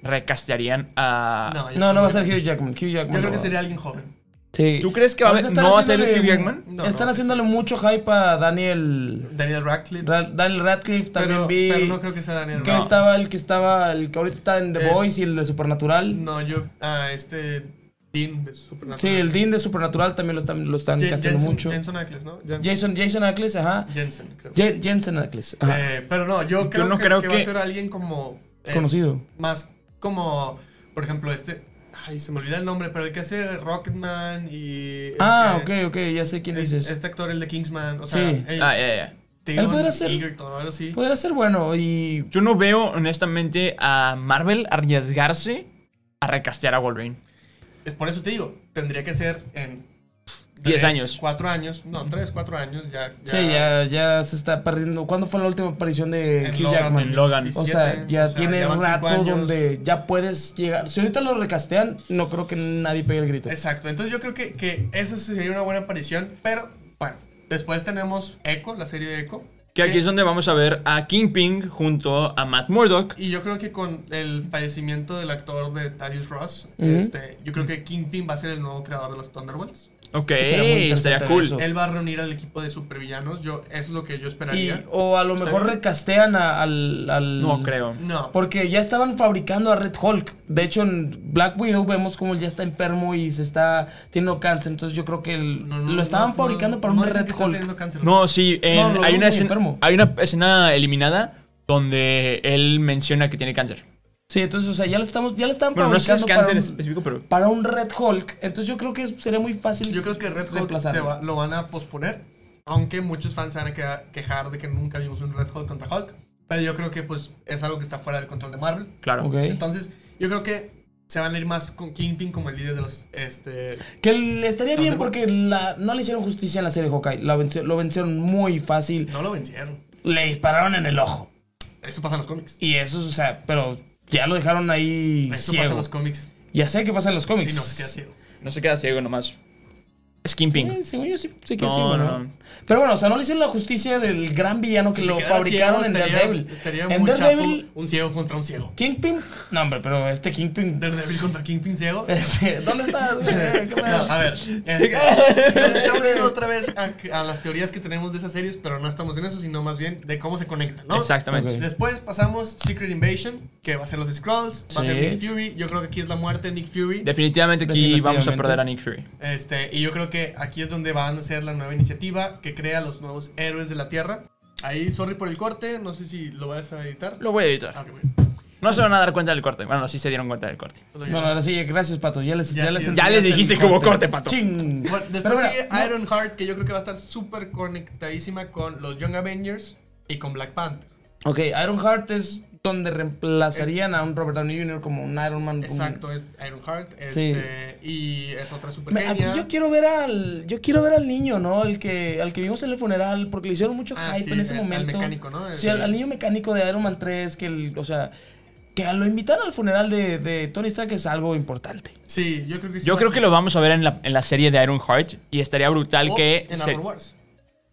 Speaker 2: recastearían a...
Speaker 3: ya
Speaker 4: Ah, pues. No,
Speaker 3: está
Speaker 4: no va a
Speaker 3: muy-
Speaker 4: ser Hugh Jackman. Hugh Jackman.
Speaker 3: Yo creo
Speaker 4: no
Speaker 3: que
Speaker 4: va.
Speaker 3: sería alguien joven.
Speaker 4: Sí.
Speaker 2: ¿Tú crees que va a
Speaker 4: Ahorita
Speaker 2: haber-
Speaker 4: están
Speaker 2: no va a ser el Hugh
Speaker 4: haciéndole-
Speaker 2: Jackman?
Speaker 3: No,
Speaker 4: Están
Speaker 3: no.
Speaker 4: haciéndole mucho hype a Daniel.
Speaker 3: Daniel Radcliffe.
Speaker 4: Ra- Daniel Radcliffe también
Speaker 3: pero,
Speaker 4: vi.
Speaker 3: pero no creo que sea Daniel
Speaker 4: que
Speaker 3: Radcliffe.
Speaker 4: estaba el que estaba el que ahorita está en The
Speaker 3: Eh,
Speaker 4: Boys y el de Supernatural.
Speaker 3: No, yo a este Dean de Supernatural.
Speaker 4: sí, el Dean de Supernatural también lo están lo están
Speaker 3: Je-
Speaker 4: casteando
Speaker 3: Jensen-
Speaker 4: mucho.
Speaker 3: Jensen Ackles, ¿no? Jen-
Speaker 4: Jason Jason Ackles, ajá.
Speaker 3: Jensen, creo.
Speaker 4: Jen- Jensen Ackles, ajá.
Speaker 3: Eh, pero no, yo creo,
Speaker 2: no
Speaker 3: que,
Speaker 2: creo
Speaker 3: que va a
Speaker 2: que-
Speaker 3: ser alguien como eh,
Speaker 4: conocido.
Speaker 3: más como por ejemplo este, ay, se me olvida el nombre, pero el que hace Rocketman y el
Speaker 4: Ah,
Speaker 3: que-
Speaker 4: ok, ok, ya sé quién
Speaker 3: Eh, es-
Speaker 4: dices.
Speaker 3: Este actor el de Kingsman, o sea,
Speaker 4: Sí.
Speaker 3: el
Speaker 2: Ah, ya, ya.
Speaker 3: Theon
Speaker 4: Él podría ser-
Speaker 3: Egerton o algo así.
Speaker 4: Podría ser bueno y
Speaker 2: Yo no veo, honestamente, a Marvel arriesgarse a recastear a Wolverine.
Speaker 3: Es por eso te digo, tendría que ser en
Speaker 2: 10
Speaker 3: tres,
Speaker 2: años.
Speaker 3: cuatro años, no, 3, 4 años ya
Speaker 4: sí, ya ya se está perdiendo. ¿Cuándo fue la última aparición de
Speaker 3: En
Speaker 4: Hugh
Speaker 3: Logan,
Speaker 4: Jackman?
Speaker 2: en Logan.
Speaker 4: O sea,
Speaker 3: 17,
Speaker 4: ya
Speaker 3: o sea,
Speaker 4: tiene
Speaker 3: ya van cinco
Speaker 4: rato
Speaker 3: años.
Speaker 4: donde ya puedes llegar. Si ahorita lo recastean, no creo que nadie pegue el grito.
Speaker 3: Exacto, entonces yo creo que, que esa sería una buena aparición, pero bueno, después tenemos Echo, la serie de Echo.
Speaker 2: Que aquí es donde vamos a ver a Kingpin junto a Matt Murdock.
Speaker 3: Y yo creo que con el fallecimiento del actor de Thaddeus Ross,
Speaker 4: Ujú.
Speaker 3: este, yo creo que Kingpin va a ser el nuevo creador de los Thunderbolts.
Speaker 2: Ok,
Speaker 4: Estaría muy interesante
Speaker 2: estaría cool.
Speaker 4: eso.
Speaker 3: Él va a reunir al equipo de supervillanos, yo, eso es lo que yo
Speaker 4: Y,
Speaker 3: esperaría.
Speaker 4: o a lo
Speaker 3: Está
Speaker 4: mejor
Speaker 3: bien.
Speaker 4: recastean a- al, al-
Speaker 2: No creo.
Speaker 3: No,
Speaker 4: Porque ya estaban fabricando a Red Hulk. De hecho, en Black Widow vemos como él ya está enfermo y se está teniendo cáncer. Entonces yo creo que el-
Speaker 3: no, no,
Speaker 4: lo estaban
Speaker 3: no,
Speaker 4: fabricando
Speaker 3: no,
Speaker 4: para
Speaker 3: no
Speaker 4: un
Speaker 3: dicen
Speaker 4: Red
Speaker 3: que está
Speaker 4: Hulk.
Speaker 3: teniendo cáncer.
Speaker 2: No, sí, en-
Speaker 4: lo
Speaker 2: hay,
Speaker 4: veo
Speaker 2: una
Speaker 4: muy
Speaker 2: escena,
Speaker 4: enfermo.
Speaker 2: hay una escena eliminada donde él menciona que tiene cáncer.
Speaker 4: Sí, entonces, o sea, ya lo estamos, ya lo estaban
Speaker 2: Bueno, no sé si es
Speaker 4: fabricando
Speaker 2: cáncer
Speaker 4: para, un,
Speaker 2: específico, pero...
Speaker 4: para un Red Hulk. Entonces yo creo que es- sería muy fácil.
Speaker 3: yo creo que Red Hulk
Speaker 4: reemplazarlo.
Speaker 3: se va- lo van a posponer, aunque muchos fans se van a queda- quejar de que nunca vimos un Red Hulk contra Hulk, pero yo creo que pues es algo que está fuera del control de Marvel.
Speaker 2: Claro.
Speaker 4: Ok.
Speaker 3: Entonces, yo creo que se van a ir más con Kingpin como el líder de los. Este,
Speaker 4: Que le estaría bien
Speaker 3: Thunderbolts.
Speaker 4: porque la, no le hicieron justicia en la serie Hawkeye. La venci- lo vencieron muy fácil.
Speaker 3: no lo vencieron.
Speaker 4: Le dispararon en el ojo.
Speaker 3: Eso pasa en los cómics.
Speaker 4: Y eso, o sea, pero ya lo dejaron ahí
Speaker 3: Eso pasa en
Speaker 4: ciego.
Speaker 3: los cómics.
Speaker 4: Ya sé qué pasa en los
Speaker 3: Y no
Speaker 4: cómics.
Speaker 3: se queda ciego.
Speaker 2: No se queda ciego nomás. Es Kingpin.
Speaker 4: Eh, según yo sí, sí que
Speaker 2: No,
Speaker 4: sí, bueno.
Speaker 2: no, no.
Speaker 4: Pero bueno, o sea, no le hicieron la justicia del gran villano que
Speaker 3: Si se
Speaker 4: lo
Speaker 3: quedara
Speaker 4: fabricaron
Speaker 3: ciego,
Speaker 4: en
Speaker 3: estaría-
Speaker 4: Daredevil.
Speaker 3: Estaría
Speaker 4: en
Speaker 3: muy
Speaker 4: Daredevil,
Speaker 3: chafo un ciego contra un ciego.
Speaker 4: Kingpin. No, hombre, pero este Kingpin.
Speaker 3: Daredevil contra Kingpin ciego.
Speaker 4: Este, ¿Dónde estás? güey? ¿Qué
Speaker 3: No,
Speaker 4: pedo?
Speaker 3: a ver, este, nos estamos yendo otra vez a, a las teorías que tenemos de esas series, pero no estamos en eso, sino más bien de cómo se conectan, ¿no?
Speaker 2: Exactamente.
Speaker 4: Ok.
Speaker 3: Después pasamos Secret Invasion, que va a ser los Scrolls, va a ser
Speaker 4: Sí.
Speaker 3: Nick Fury. Yo creo que aquí es la muerte de Nick Fury.
Speaker 2: Definitivamente aquí vamos a
Speaker 4: Definitivamente.
Speaker 2: perder a Nick Fury.
Speaker 3: Este, y yo creo que aquí es donde van a ser la nueva iniciativa que crea los nuevos héroes de la Tierra. Ahí, sorry por el corte, no sé si lo vas a editar.
Speaker 2: Lo voy a editar.
Speaker 3: Ah, ok, bueno.
Speaker 2: No se van a dar cuenta del corte. Bueno, sí se dieron cuenta del corte.
Speaker 4: Bueno, ahora sí, gracias, Pato. Ya les,
Speaker 3: Ya
Speaker 4: ya
Speaker 3: sí,
Speaker 4: les,
Speaker 3: ya
Speaker 4: enseñaste
Speaker 2: les dijiste
Speaker 4: el
Speaker 2: que hubo corte, Pato.
Speaker 4: Ching.
Speaker 3: Bueno,
Speaker 4: Pero
Speaker 3: después
Speaker 4: mira,
Speaker 3: sigue
Speaker 4: no,
Speaker 3: Ironheart, que yo creo que va a estar súper conectadísima con los Young Avengers y con Black Panther.
Speaker 4: Ok, Ironheart es donde reemplazarían a un Robert Downey Jr. como un Iron Man. como un-
Speaker 3: Exacto, es Ironheart.
Speaker 4: Sí.
Speaker 3: Este, Y es otra super
Speaker 4: Me- Aquí yo quiero ver al yo quiero ver al niño, ¿no? El que al que vimos en el funeral porque le hicieron mucho
Speaker 3: Ah,
Speaker 4: hype
Speaker 3: sí,
Speaker 4: en ese
Speaker 3: al- al
Speaker 4: momento.
Speaker 3: mecánico, ¿no?
Speaker 4: Sí, al, al niño mecánico de Iron Man 3 que el- o sea, que lo invitaron al funeral de, de Tony Stark es algo importante.
Speaker 3: Sí, yo creo que sí
Speaker 2: Yo
Speaker 3: va
Speaker 2: creo
Speaker 3: a
Speaker 2: que
Speaker 3: ser-
Speaker 2: lo vamos a ver en la, en la serie de Iron Heart y estaría brutal
Speaker 3: o
Speaker 2: que...
Speaker 3: Oh, En
Speaker 2: se-
Speaker 3: Armor Wars.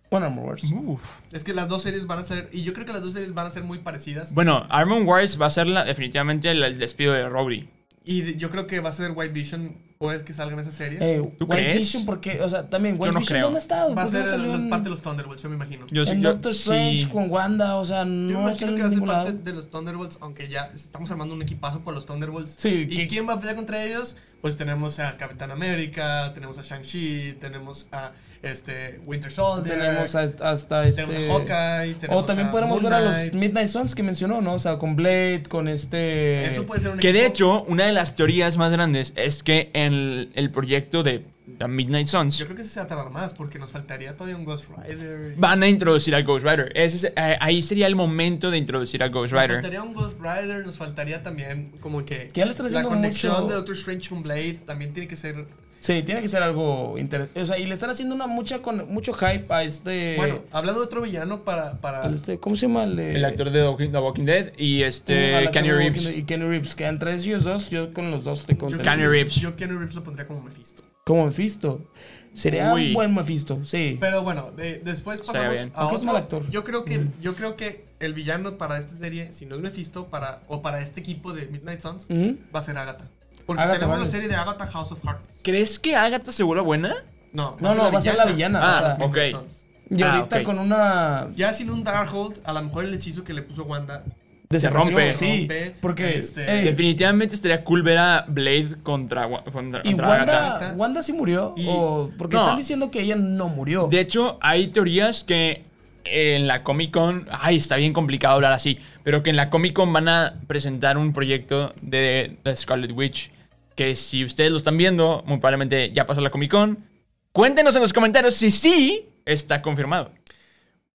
Speaker 4: Bueno, Armor Wars.
Speaker 2: Uf.
Speaker 3: Es que las dos series van a ser. Y yo creo que las dos series van a ser muy parecidas.
Speaker 2: Bueno, Armor Wars va a ser la- definitivamente el, el despido de Rowdy.
Speaker 3: Y de- yo creo que va a ser White Vision, puedes que salga en esa serie.
Speaker 4: Eh,
Speaker 2: ¿Tú
Speaker 4: White
Speaker 2: crees?
Speaker 4: Vision porque o sea, también White
Speaker 2: no
Speaker 4: Vision
Speaker 2: creo.
Speaker 4: ¿dónde ha estado?
Speaker 3: va a
Speaker 4: ¿Por qué
Speaker 3: ser
Speaker 4: no salió
Speaker 3: las
Speaker 4: en-
Speaker 3: parte de los Thunderbolts, yo me imagino. Yo,
Speaker 2: Yo, sí-
Speaker 4: en
Speaker 2: yo-
Speaker 4: Doctor
Speaker 2: sí.
Speaker 4: Strange con Wanda, o sea,
Speaker 3: me
Speaker 4: no
Speaker 3: imagino
Speaker 4: salió
Speaker 3: que
Speaker 4: en
Speaker 3: va a ser
Speaker 4: ningún
Speaker 3: parte
Speaker 4: lado.
Speaker 3: de los Thunderbolts, aunque ya estamos armando un equipazo por los Thunderbolts.
Speaker 4: Sí,
Speaker 3: ¿Y
Speaker 4: que-
Speaker 3: quién va a pelear contra ellos? Pues tenemos a Capitán América, tenemos a Shang-Chi, tenemos a este, Winter Soldier,
Speaker 4: tenemos a est- hasta este
Speaker 3: tenemos a Hawkeye, tenemos
Speaker 4: o también
Speaker 3: a
Speaker 4: podemos
Speaker 3: Moon
Speaker 4: ver a los
Speaker 3: Knight.
Speaker 4: Midnight Suns que mencionó, ¿no? O sea, con Blade, con este
Speaker 3: Eso puede ser un
Speaker 2: Que de
Speaker 3: equipo-
Speaker 2: hecho, una de las teorías más grandes es que en el, el proyecto de,
Speaker 1: The Midnight Suns.
Speaker 3: Yo creo que eso se va a tardar más porque nos faltaría todavía un Ghost Rider. y-
Speaker 1: Van a introducir a Ghost Rider. Ese es- eh, ahí sería el momento de introducir a Ghost
Speaker 3: Nos
Speaker 1: Rider.
Speaker 3: faltaría un Ghost Rider, nos faltaría también como que
Speaker 4: Que ya le están
Speaker 3: la
Speaker 4: haciendo
Speaker 3: conexión
Speaker 4: mucho-
Speaker 3: de Doctor Strange con Blade también tiene que ser...
Speaker 4: Sí, tiene que ser algo interesante. O sea, y le están haciendo una mucha con mucho hype a este.
Speaker 3: Bueno, hablando de otro villano para... para
Speaker 4: al este- ¿Cómo se llama? El, de-
Speaker 1: El actor de The Walking- The Walking Dead y
Speaker 4: al
Speaker 1: este
Speaker 4: actor
Speaker 1: Kenny
Speaker 4: Uh, de
Speaker 1: Reeves.
Speaker 4: Walking Dead Y Kenny Reeves. Que entre ellos dos, yo con los dos te conté.
Speaker 1: Keanu Reeves.
Speaker 3: Yo Keanu Reeves lo pondría como Mephisto.
Speaker 4: Como Mephisto. Sería
Speaker 1: Uy.
Speaker 4: un buen Mephisto, sí.
Speaker 3: Pero bueno, de- después
Speaker 1: Estaría
Speaker 3: pasamos
Speaker 1: bien.
Speaker 3: a
Speaker 4: Aunque
Speaker 3: otro.
Speaker 4: es mal actor. Mm.
Speaker 3: Yo creo que yo creo que el villano para esta serie, si no es Mephisto, para o para este equipo de Midnight Suns,
Speaker 4: Ujú.
Speaker 3: va a ser Agatha. Porque
Speaker 4: Agatha
Speaker 3: tenemos la
Speaker 4: Harkness.
Speaker 3: serie de Agatha House of Harkness.
Speaker 1: ¿Crees que Agatha se vuelva buena?
Speaker 3: No,
Speaker 4: No, no, va a ser la villana.
Speaker 1: Ah,
Speaker 4: o sea,
Speaker 1: ok.
Speaker 3: Midnight Suns.
Speaker 4: Y
Speaker 1: Ah,
Speaker 4: ahorita
Speaker 1: ok.
Speaker 4: con una.
Speaker 3: Ya sin un Darkhold, a lo mejor el hechizo que le puso Wanda.
Speaker 1: Se rompe.
Speaker 4: Sí,
Speaker 3: Rompe,
Speaker 4: porque.
Speaker 3: este,
Speaker 4: ey,
Speaker 1: Definitivamente estaría cool ver a Blade contra, Wa- contra,
Speaker 4: y
Speaker 1: contra Agatha.
Speaker 4: Wanda, Wanda sí murió.
Speaker 3: Y-
Speaker 4: o- porque
Speaker 1: No.
Speaker 4: están diciendo que ella no murió.
Speaker 1: De hecho, hay teorías que en la Comic Con, ay, está bien complicado hablar así, pero que en la Comic Con van a presentar un proyecto de The Scarlet Witch, que si ustedes lo están viendo, muy probablemente ya pasó la Comic Con. Cuéntenos en los comentarios si sí está confirmado.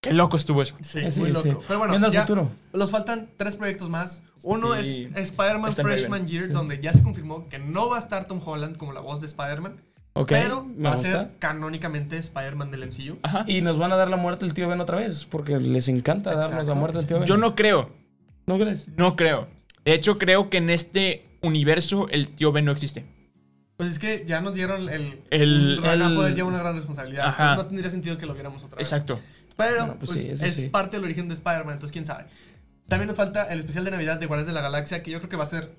Speaker 1: Qué loco estuvo eso.
Speaker 3: Sí,
Speaker 4: Sí,
Speaker 3: muy loco.
Speaker 4: sí.
Speaker 3: Pero bueno,
Speaker 4: Viendo al
Speaker 3: ya
Speaker 4: futuro.
Speaker 3: Los faltan tres proyectos más. Uno
Speaker 1: Sí.
Speaker 3: es Spider-Man
Speaker 1: Están muy
Speaker 3: Freshman Year,
Speaker 4: Sí.
Speaker 3: donde ya se confirmó que no va a estar Tom Holland como la voz de Spider-Man.
Speaker 4: Ok,
Speaker 3: pero
Speaker 4: me
Speaker 3: va a
Speaker 4: gusta.
Speaker 3: ser canónicamente Spider-Man del MCU.
Speaker 1: Ajá.
Speaker 4: Y nos van a dar la muerte al tío Ben otra vez. Porque les encanta darnos la
Speaker 3: Exacto.
Speaker 4: muerte al tío Ben.
Speaker 1: Yo no creo,
Speaker 4: ¿No crees?
Speaker 1: no creo. De hecho, creo que en este universo el tío Ben no existe.
Speaker 3: Pues es que ya nos dieron el.
Speaker 1: El-
Speaker 3: Rana
Speaker 4: el-
Speaker 3: poder lleva una gran responsabilidad.
Speaker 1: Ajá.
Speaker 3: Entonces No tendría sentido que lo viéramos otra vez.
Speaker 1: Exacto.
Speaker 3: Pero
Speaker 4: Bueno, pues
Speaker 3: pues,
Speaker 4: sí, eso
Speaker 3: es
Speaker 4: sí.
Speaker 3: parte del origen de Spider-Man, entonces quién sabe. También nos falta el especial de Navidad de Guardianes de la Galaxia, que yo creo que va a ser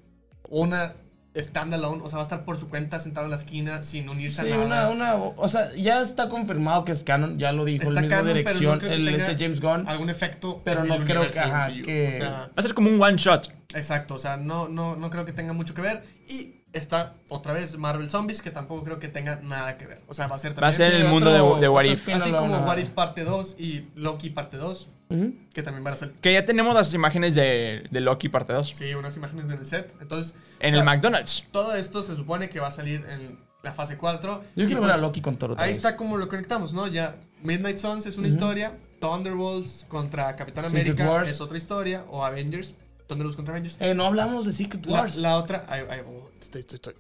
Speaker 3: una standalone, o sea, va a estar por su cuenta sentado en la esquina sin unirse
Speaker 4: Sí,
Speaker 3: a nada.
Speaker 4: una, una. O sea, ya está confirmado que es canon. Ya lo dijo.
Speaker 3: Está
Speaker 4: la misma
Speaker 3: canon, pero no
Speaker 4: dirección.
Speaker 3: creo que
Speaker 4: el,
Speaker 3: tenga
Speaker 4: este James Gunn.
Speaker 3: Algún efecto.
Speaker 4: Pero
Speaker 3: en
Speaker 4: no
Speaker 3: el
Speaker 4: creo
Speaker 3: universo
Speaker 4: que- ajá,
Speaker 3: MCU,
Speaker 4: que-
Speaker 3: o sea,
Speaker 1: Va a ser como un one shot.
Speaker 3: exacto, o sea, no, no, no creo que tenga mucho que ver. Y está otra vez Marvel Zombies, que tampoco creo que tenga nada que ver. O sea, va a ser también.
Speaker 1: Va a ser el
Speaker 4: otro-
Speaker 1: mundo de, de What
Speaker 4: otro
Speaker 1: If.
Speaker 4: spin-off.
Speaker 3: Así
Speaker 4: no lo van
Speaker 3: como
Speaker 4: a-
Speaker 3: What If parte 2 y Loki parte 2,
Speaker 4: Ujú.
Speaker 3: que también van a ser.
Speaker 1: Que ya tenemos las imágenes de, de Loki parte 2
Speaker 3: Sí, unas imágenes del set. Entonces.
Speaker 1: en
Speaker 3: o
Speaker 1: el
Speaker 3: sea,
Speaker 1: McDonald's.
Speaker 3: Todo esto se supone que va a salir en la fase 4.
Speaker 4: Yo
Speaker 3: Y
Speaker 4: quiero ver
Speaker 3: pues,
Speaker 4: a Loki con Toro. otra
Speaker 3: Ahí
Speaker 4: vez.
Speaker 3: está como lo conectamos, ¿no? Ya Midnight Suns es una
Speaker 4: Ujú.
Speaker 3: historia, Thunderbolts contra Capitán
Speaker 4: Secret
Speaker 3: América
Speaker 4: Wars.
Speaker 3: es otra historia, o Avengers, Thunderbolts contra Avengers.
Speaker 4: Eh, no hablamos de Secret
Speaker 3: La,
Speaker 4: Wars.
Speaker 3: la otra, ahí- ahí voy, estoy- estoy- estoy.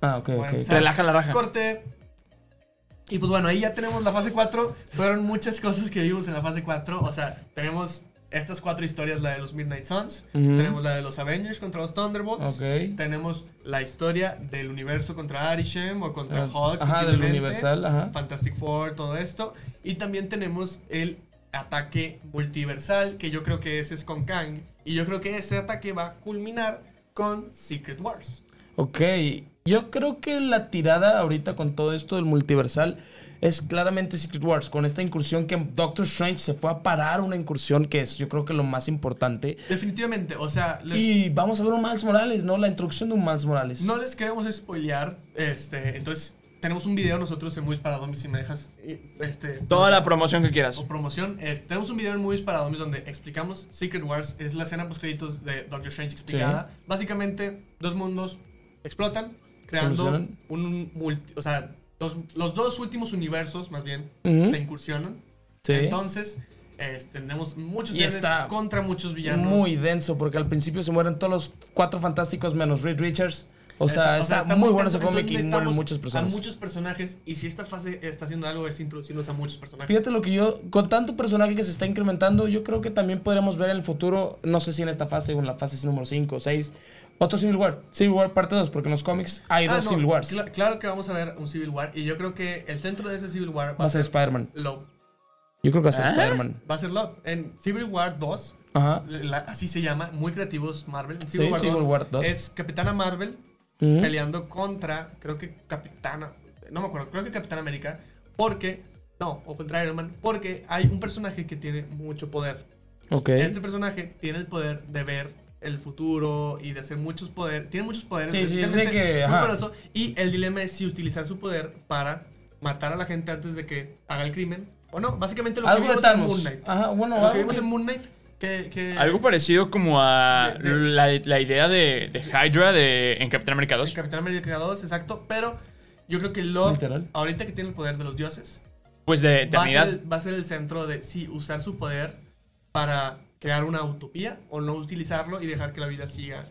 Speaker 4: Ah, ok,
Speaker 3: Bueno,
Speaker 4: ok.
Speaker 3: o sea,
Speaker 1: Relaja la raja.
Speaker 3: Corte. Y pues bueno, ahí ya tenemos la fase 4. Fueron muchas cosas que vimos en la fase 4. O sea, tenemos estas cuatro historias, la de los Midnight Suns,
Speaker 4: Ujú.
Speaker 3: tenemos la de los Avengers contra los Thunderbolts,
Speaker 4: Ok.
Speaker 3: tenemos la historia del universo contra Arishem o contra Hulk,
Speaker 4: Ah, Ajá, del
Speaker 3: posiblemente,
Speaker 4: Universal, ajá.
Speaker 3: Fantastic Four, todo esto. Y también tenemos el ataque multiversal, que yo creo que ese es con Kang. Y yo creo que ese ataque va a culminar con Secret Wars.
Speaker 4: Ok, yo creo que la tirada ahorita con todo esto del multiversal es claramente Secret Wars, con esta incursión que Doctor Strange se fue a parar, una incursión que es yo creo que lo más importante.
Speaker 3: Definitivamente, o sea, les-
Speaker 4: Y vamos a ver un Miles Morales, ¿no? La introducción de un Miles Morales.
Speaker 3: no les queremos spoilear. Este, entonces, tenemos un video nosotros en Movies para Zombies, si me dejas. y, Este,
Speaker 1: Toda la promoción que quieras.
Speaker 3: o promoción. es- tenemos un video en Movies para Dummies donde explicamos Secret Wars. Es la escena post créditos de Doctor Strange explicada. Básicamente, dos mundos explotan, creando
Speaker 4: Colisionan.
Speaker 3: un multi. O sea, dos- los dos últimos universos, más bien,
Speaker 4: Ujú.
Speaker 3: se incursionan.
Speaker 4: Sí.
Speaker 3: Entonces, es- tenemos muchos
Speaker 4: Y
Speaker 3: villanos
Speaker 4: está
Speaker 3: contra muchos villanos.
Speaker 4: Muy denso, porque al principio se mueren todos los cuatro fantásticos menos Reed Richards. O
Speaker 3: Exacto,
Speaker 4: sea, está, muy bueno ese
Speaker 3: tenso,
Speaker 4: cómic y
Speaker 3: entonces
Speaker 4: mueren
Speaker 3: necesitamos
Speaker 4: muchas personas.
Speaker 3: A muchos personajes. Y si esta fase está haciendo algo es introducirnos a muchos personajes.
Speaker 4: Fíjate lo que yo, con tanto personaje que se está incrementando, yo creo que también podremos ver en el futuro, no sé si en esta fase o en la fase número 5 o 6, otro Civil War. Civil War parte 2, porque en los cómics hay
Speaker 3: Ah,
Speaker 4: dos
Speaker 3: no,
Speaker 4: Civil Wars.
Speaker 3: cla- claro que vamos a ver un Civil War. Y yo creo que el centro de ese Civil War
Speaker 4: va a ser Spider-Man.
Speaker 3: Love.
Speaker 4: Yo creo que va a ser
Speaker 1: ¿Ah?
Speaker 4: Spider-Man.
Speaker 3: Va a ser Love. En Civil War 2,
Speaker 4: Ajá.
Speaker 3: la- así se llama, muy creativos Marvel. En
Speaker 4: Sí, Civil War 2.
Speaker 3: Es Capitana Marvel
Speaker 4: Ujú.
Speaker 3: peleando contra, creo que Capitana, no me acuerdo, creo que Capitán América, porque, no, o contra Iron Man, porque hay un personaje que tiene mucho poder.
Speaker 4: Ok.
Speaker 3: Este personaje tiene el poder de ver el futuro y de hacer muchos poderes. Tiene muchos poderes.
Speaker 4: Sí, sí,
Speaker 3: especialmente
Speaker 4: sé que-
Speaker 3: muy
Speaker 4: ajá.
Speaker 3: poderoso. Y el dilema es si utilizar su poder para matar a la gente antes de que haga el crimen o no. Básicamente lo que
Speaker 4: Algo de
Speaker 3: vimos en
Speaker 4: Thanos.
Speaker 3: Moon Knight.
Speaker 4: Ajá, bueno,
Speaker 3: lo que
Speaker 4: algo
Speaker 3: vimos
Speaker 4: que-
Speaker 3: en Moon Knight que... que
Speaker 1: Algo parecido como a
Speaker 3: De- de-
Speaker 1: la, la idea de, de Hydra de, en Capitán América
Speaker 3: en
Speaker 1: 2.
Speaker 3: Capitán América 2, exacto. Pero Yo creo que Lord,
Speaker 4: Literal.
Speaker 3: ahorita que tiene el poder de los dioses,
Speaker 1: Pues de
Speaker 3: va a, ser,
Speaker 1: eternidad.
Speaker 3: el- va a ser el centro de si usar su poder para crear una utopía o no utilizarlo y dejar que la vida siga.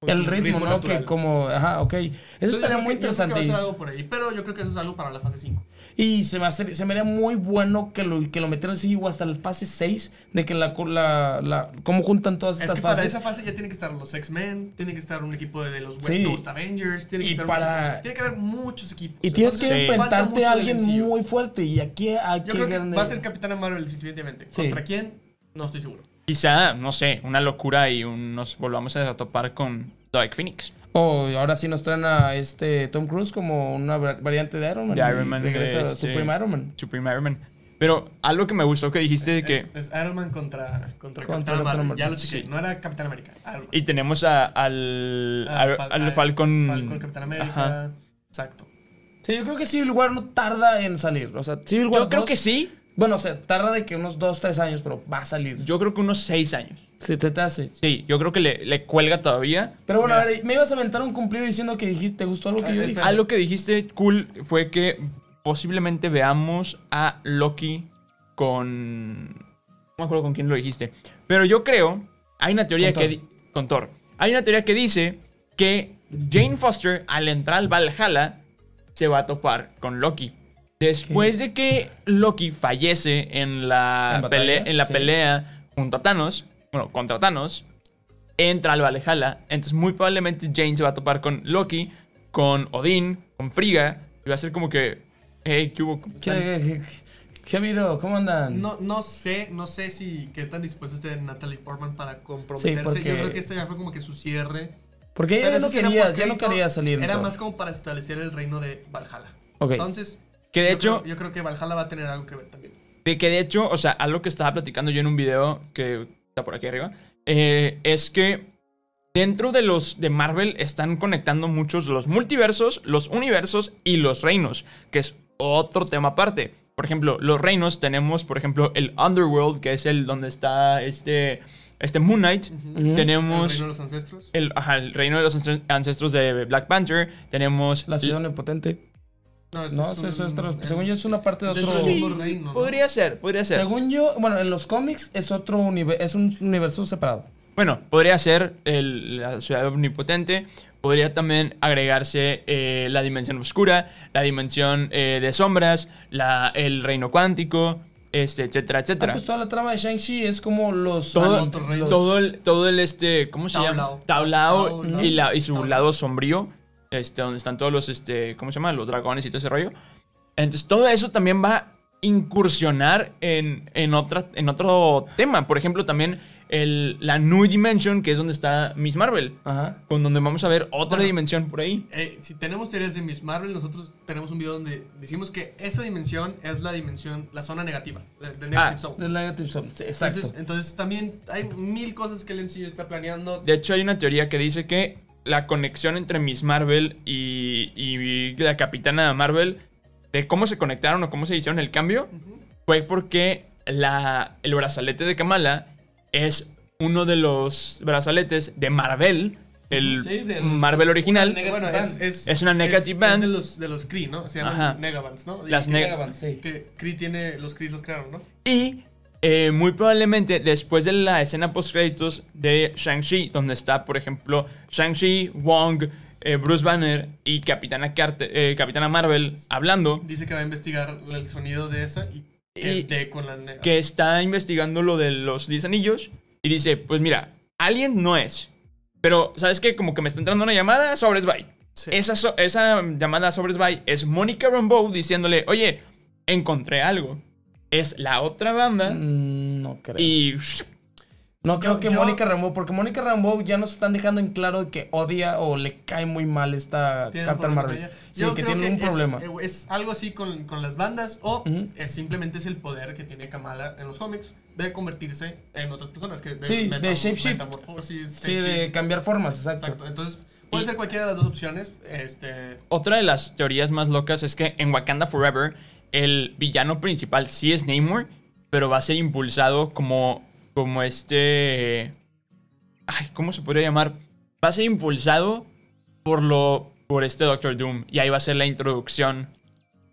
Speaker 3: con
Speaker 4: El
Speaker 3: su
Speaker 4: ritmo, ¿no?
Speaker 3: natural.
Speaker 4: Que como, ajá, ok. Eso
Speaker 3: Entonces, yo
Speaker 4: estaría
Speaker 3: creo
Speaker 4: muy
Speaker 3: que- yo creo que va a
Speaker 4: interesante.
Speaker 3: ser
Speaker 4: y-
Speaker 3: algo por ahí, pero yo creo que eso es algo para la fase 5.
Speaker 4: Y se me, hace- se me haría muy bueno que lo, que lo metieran así o hasta la fase 6, de que la, la, la- cómo juntan todas
Speaker 3: Es
Speaker 4: estas
Speaker 3: que para
Speaker 4: fases.
Speaker 3: esa fase ya tienen que estar los X-Men, tiene que estar un equipo de, de los West
Speaker 4: Sí.
Speaker 3: Coast Avengers, tiene
Speaker 4: Y
Speaker 3: que estar un-
Speaker 4: para-
Speaker 3: tiene que haber muchos equipos.
Speaker 4: y tienes que
Speaker 3: Entonces, falta
Speaker 4: enfrentarte
Speaker 3: mucho
Speaker 4: a
Speaker 3: del
Speaker 4: alguien
Speaker 3: MCU.
Speaker 4: muy fuerte. Y aquí hay
Speaker 3: Yo
Speaker 4: que
Speaker 3: creo que
Speaker 4: ganar-
Speaker 3: va a ser Capitana Marvel definitivamente.
Speaker 4: Sí.
Speaker 3: ¿Contra quién? No estoy seguro.
Speaker 1: Quizá, no sé, una locura y un- nos volvamos a topar con Dark Phoenix.
Speaker 4: O Oh, ahora sí nos traen a este Tom Cruise como una va- variante de Iron Man.
Speaker 1: De
Speaker 4: y
Speaker 1: Iron Man,
Speaker 4: Regresa
Speaker 1: este-
Speaker 4: Supreme Iron Man.
Speaker 1: Supreme Iron Man. Pero algo que me gustó que dijiste de que...
Speaker 3: Es, es Iron Man contra, contra,
Speaker 4: Contra
Speaker 3: Capitana
Speaker 4: Capitana
Speaker 3: Marvel.
Speaker 4: Marvel.
Speaker 3: Ya lo chequé.
Speaker 1: Sí.
Speaker 3: No era Capitán América. Iron Man.
Speaker 1: Y tenemos a- al,
Speaker 3: Ah,
Speaker 1: al,
Speaker 3: Fal-
Speaker 1: al
Speaker 3: ah,
Speaker 1: Falcon...
Speaker 3: Falcon, Capitán América.
Speaker 1: Ajá.
Speaker 3: Exacto.
Speaker 4: Sí, yo creo que Civil War no tarda en salir. O sea, Civil War
Speaker 1: Yo creo
Speaker 4: 2,
Speaker 1: que sí.
Speaker 4: Bueno, o sea, tarda de que unos 2, 3 años, pero va a salir.
Speaker 1: Yo creo que unos seis años.
Speaker 4: Se te, te hace.
Speaker 1: Sí, yo creo que le, le cuelga todavía.
Speaker 4: Pero bueno, a ver, me ibas a aventar un cumplido diciendo que dijiste, ¿te gustó algo que
Speaker 3: Ah,
Speaker 4: yo
Speaker 3: el
Speaker 4: dije?
Speaker 3: perro.
Speaker 1: Algo que dijiste cool fue que posiblemente veamos a Loki con... No me acuerdo con quién lo dijiste. Pero yo creo... Hay una teoría
Speaker 4: Con
Speaker 1: que...
Speaker 4: Thor.
Speaker 1: di- Con Thor. Hay una teoría que dice que Jane Foster al entrar al Valhalla se va a topar con Loki. Después de que Loki fallece en la,
Speaker 4: En batalla,
Speaker 1: pele- en la
Speaker 4: sí.
Speaker 1: pelea junto a Thanos, bueno, contra Thanos, entra al Valhalla. Entonces, muy probablemente Jane se va a topar con Loki, con Odín, con Frigga. Y va a ser como que, hey, ¿qué hubo? ¿Cómo
Speaker 4: ¿Qué,
Speaker 1: están?".
Speaker 4: qué- qué- qué ha habido? ¿Cómo andan?
Speaker 3: No, no sé, no sé si qué tan dispuesta esté Natalie Portman para comprometerse.
Speaker 4: porque-
Speaker 3: Yo creo que ese ya fue como que su cierre.
Speaker 4: Porque ella
Speaker 3: Pero
Speaker 4: ya no
Speaker 3: eso sí era
Speaker 4: quería, ya no
Speaker 3: postcrédito,
Speaker 4: quería salir.
Speaker 3: Era
Speaker 4: entonces.
Speaker 3: más como para establecer el reino de Valhalla.
Speaker 4: Ok.
Speaker 3: Entonces,
Speaker 1: Que de
Speaker 3: yo
Speaker 1: hecho-
Speaker 3: creo- yo creo que Valhalla va a tener algo que ver también.
Speaker 1: De que de hecho, o sea, algo que estaba platicando yo en un video que está por aquí arriba, eh, es que dentro de los de Marvel están conectando muchos los multiversos, los universos y los reinos, que es otro tema aparte. Por ejemplo, los reinos tenemos, por ejemplo, el Underworld, que es el donde está este, este Moon Knight.
Speaker 4: Ujú.
Speaker 3: El
Speaker 1: Tenemos
Speaker 3: reino de los ancestros.
Speaker 1: el, ajá, el reino de los ancest- ancestros de Black Panther. Tenemos
Speaker 4: La ciudad omnipotente.
Speaker 3: No,
Speaker 4: No, eso es otro. Según yo, es una parte de
Speaker 3: dentro
Speaker 4: otro.
Speaker 3: del
Speaker 1: Sí,
Speaker 3: mismo reino, ¿no?
Speaker 1: podría ser, podría ser.
Speaker 4: Según yo, bueno, en los cómics es otro universo, es un universo separado.
Speaker 1: Bueno, podría ser el- la ciudad omnipotente, podría también agregarse eh, la dimensión oscura, la dimensión eh, de sombras, la- el reino cuántico, este, etcétera,
Speaker 4: Ah,
Speaker 1: etcétera.
Speaker 4: pues toda la trama de Shang-Chi es como los.
Speaker 1: todo,
Speaker 3: otro reino.
Speaker 1: todo el, todo el este, ¿cómo se
Speaker 3: Tablao.
Speaker 1: llama? Tablao
Speaker 3: Tablao.
Speaker 1: y, la- y su
Speaker 3: Tablao.
Speaker 1: lado sombrío, este, donde están todos los, este, ¿cómo se llama? Los dragones y todo ese rollo. Entonces, todo eso también va a incursionar en, en otra, en otro tema. Por ejemplo, también el, la New Dimension, que es donde está Miss Marvel,
Speaker 4: Ajá.
Speaker 1: con donde vamos a ver otra
Speaker 3: Bueno.
Speaker 1: dimensión por ahí.
Speaker 3: Eh, si tenemos teorías de Miss Marvel, nosotros tenemos un video donde decimos que esa dimensión es la dimensión, la zona negativa, la- del negative
Speaker 1: Ah,
Speaker 3: zone.
Speaker 4: Del Negative Zone. Sí, exacto.
Speaker 3: Entonces, entonces también hay mil cosas que el MCU está planeando.
Speaker 1: De hecho, hay una teoría que dice que la conexión entre Miss Marvel y, y la capitana Marvel, de cómo se conectaron o cómo se hicieron el cambio,
Speaker 3: Ujú.
Speaker 1: fue porque la, el brazalete de Kamala es uno de los brazaletes de Marvel, el
Speaker 4: Sí, del-
Speaker 1: Marvel original.
Speaker 4: Negative
Speaker 3: Bueno, es,
Speaker 4: band.
Speaker 3: es,
Speaker 1: Es una negative band.
Speaker 3: de los, de los Kree, ¿no? Se llaman
Speaker 1: Ajá.
Speaker 3: Negabands, ¿no? Y
Speaker 1: Las
Speaker 3: que-
Speaker 1: neg-
Speaker 4: Negaban, sí.
Speaker 3: que Kree tiene, los Kree los crearon, ¿no?
Speaker 1: Y eh, muy probablemente después de la escena post-créditos de Shang-Chi, donde está, por ejemplo, Shang-Chi, Wong, eh, Bruce Banner y Capitana, Carter- eh, Capitana Marvel hablando.
Speaker 3: Dice que va a investigar el sonido de esa y que
Speaker 1: Y-
Speaker 3: dé con la nega.
Speaker 1: que está investigando lo de los 10 anillos y dice, pues mira, alien no es. Pero, ¿sabes qué? Como que me está entrando una llamada, sobres bye.
Speaker 3: Sí.
Speaker 1: Esa, so- esa llamada sobres bye es Mónica Rambeau diciéndole, oye, encontré algo. Es la otra banda
Speaker 4: Mm, No creo.
Speaker 1: y...
Speaker 4: no creo
Speaker 3: Yo-
Speaker 4: que
Speaker 3: yo-
Speaker 4: Mónica Rambeau, porque Mónica Rambeau ya nos están dejando en claro que odia o le cae muy mal esta
Speaker 3: Tienen
Speaker 4: Captain
Speaker 3: problema con
Speaker 4: Marvel.
Speaker 3: ella.
Speaker 4: Sí,
Speaker 3: Yo
Speaker 4: que
Speaker 3: creo
Speaker 4: tiene un
Speaker 3: es-
Speaker 4: problema.
Speaker 3: eh, Es, algo así con, con las bandas o
Speaker 4: Ujú.
Speaker 3: eh, simplemente es el poder que tiene Kamala en los cómics de convertirse en otras personas. Que
Speaker 4: Sí, de
Speaker 3: metam-
Speaker 4: shapeshift.
Speaker 3: metamorfosis,
Speaker 4: Sí, de
Speaker 3: shapeshift.
Speaker 4: cambiar formas, exacto.
Speaker 3: Exacto. Entonces, puede
Speaker 1: Y-
Speaker 3: ser cualquiera de las dos opciones. Este,
Speaker 1: Otra de las teorías más locas es que en Wakanda Forever el villano principal sí es Namor, pero va a ser impulsado como como este ay, ¿cómo se podría llamar? Va a ser impulsado por lo por este Doctor Doom. Y ahí va a ser la introducción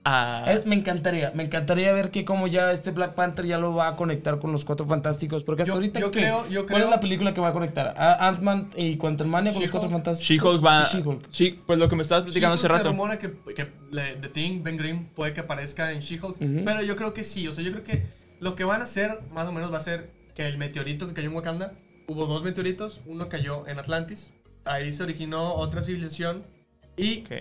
Speaker 1: a...
Speaker 4: Eh, me encantaría, me encantaría ver que como ya este Black Panther ya lo va a conectar con los Cuatro Fantásticos, porque hasta
Speaker 3: Yo-
Speaker 4: ahorita
Speaker 3: yo
Speaker 4: ¿qué?
Speaker 3: creo- yo
Speaker 4: ¿cuál
Speaker 3: creo-
Speaker 4: es la película que va a conectar? ¿A Ant-Man y Quantumania con los
Speaker 3: She-Hulk.
Speaker 4: Cuatro Fantásticos?
Speaker 1: She-Hulk va...
Speaker 4: Y She-Hulk.
Speaker 1: Sí, pues lo que me estabas platicando hace
Speaker 3: She-Hulk
Speaker 1: rato.
Speaker 3: Se rumora que, que le- The Thing, Ben Grimm, puede que aparezca en She-Hulk.
Speaker 4: Ujú.
Speaker 3: Pero yo creo que sí. O sea, yo creo que lo que van a hacer, más o menos, va a ser que el meteorito que cayó en Wakanda, hubo dos meteoritos. Uno cayó en Atlantis. Ahí se originó otra civilización. Y
Speaker 1: Ok.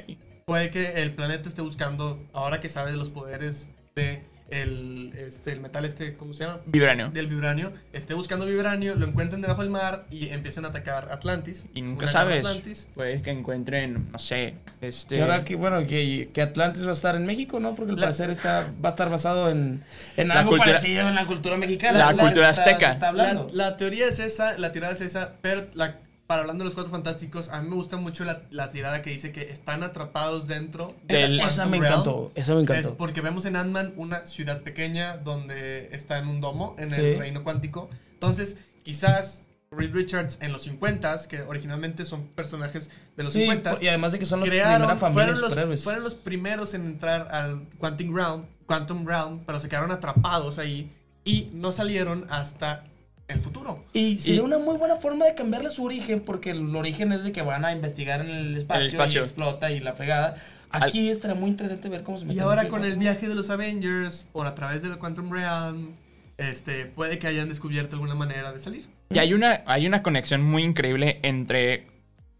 Speaker 3: puede que el planeta esté buscando, ahora que sabe de los poderes de el, este, el metal este, ¿cómo se llama?
Speaker 1: Vibranio.
Speaker 3: Del vibranio, esté buscando vibranio, lo encuentren debajo del mar y empiecen a atacar Atlantis.
Speaker 1: Y nunca
Speaker 3: Huracán
Speaker 1: sabes.
Speaker 3: Atlantis.
Speaker 1: Puede que encuentren, no sé, este...
Speaker 4: Que ahora que, bueno, que, que Atlantis va a estar en México, ¿no? Porque al
Speaker 3: La-
Speaker 4: parecer está, va a estar basado en, en
Speaker 1: La
Speaker 4: algo
Speaker 1: cultura-
Speaker 4: parecido en la cultura mexicana.
Speaker 1: La
Speaker 4: Es que
Speaker 1: cultura
Speaker 4: está-
Speaker 1: azteca.
Speaker 4: se está
Speaker 3: La,
Speaker 4: hablando.
Speaker 3: la teoría es esa, la tirada es esa, pero la- para hablando de los cuatro fantásticos, a mí me gusta mucho la, la tirada que dice que están atrapados dentro
Speaker 1: Del-
Speaker 4: esa, esa me
Speaker 3: Quantum Realm.
Speaker 4: encantó, esa me
Speaker 3: Es
Speaker 4: encantó.
Speaker 3: porque vemos en Ant-Man una ciudad pequeña donde está en un domo, en
Speaker 4: Sí.
Speaker 3: el reino cuántico. Entonces, quizás Reed Richards en los 50s, que originalmente son personajes de los
Speaker 4: Sí,
Speaker 3: 50s,
Speaker 4: y además de que son la primera
Speaker 3: crearon,
Speaker 4: familia de
Speaker 3: fueron, los,
Speaker 4: superhéroes.
Speaker 3: fueron los primeros en entrar al Quantum Realm, Quantum Realm, pero se quedaron atrapados ahí y no salieron hasta el futuro.
Speaker 4: Y sería
Speaker 1: Y-
Speaker 4: una muy buena forma de cambiarle su origen, porque el origen es de que van a investigar en el espacio,
Speaker 1: El espacio.
Speaker 4: y explota y la fregada. Aquí estaría muy interesante ver cómo se
Speaker 3: Y
Speaker 4: meten
Speaker 3: ahora
Speaker 4: aquí,
Speaker 3: con
Speaker 4: ¿no?
Speaker 3: el viaje de los Avengers por a través del Quantum Realm, este, puede que hayan descubierto alguna manera de salir.
Speaker 1: Y hay una, hay una conexión muy increíble entre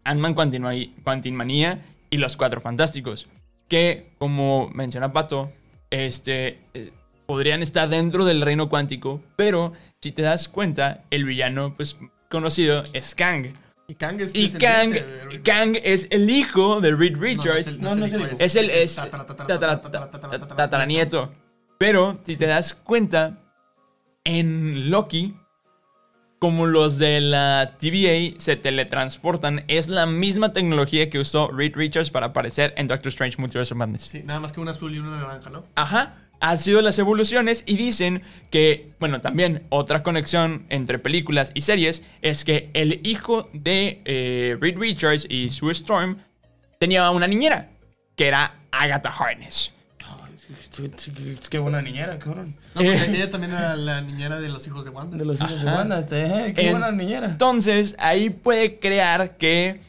Speaker 1: Ant-Man Quantinma- Quantinmanía y los Cuatro Fantásticos. Que, como menciona Pato, este, es- podrían estar dentro del reino cuántico, pero si te das cuenta, el villano pues, conocido es Kang.
Speaker 3: Y Kang es
Speaker 1: Y Kang,
Speaker 3: descendiente de Reed
Speaker 1: Kang es el hijo de Reed Richards.
Speaker 4: No, no es el hijo.
Speaker 1: Es el es
Speaker 3: tatara- tatara-
Speaker 1: tatara-
Speaker 3: tatara- tatara-
Speaker 1: tatara- tataranieto. Pero si te das cuenta, en Loki, como los de la TVA se teletransportan, es la misma tecnología que usó Reed Richards para aparecer en Doctor Strange Multiverse of Madness.
Speaker 3: Sí, nada más que un azul y una naranja, ¿no?
Speaker 1: Ajá. Han sido las evoluciones y dicen que, bueno, también otra conexión entre películas y series es que el hijo de eh, Reed Richards y Sue Storm tenía una niñera, que era Agatha Harness.
Speaker 4: Qué buena niñera, cabrón.
Speaker 3: No, pues ella también era la niñera de los hijos de Wanda.
Speaker 4: De los hijos de
Speaker 1: Ajá.
Speaker 4: Wanda, este, ¿eh? qué
Speaker 1: En-
Speaker 4: buena niñera.
Speaker 1: Entonces, ahí puede crear que,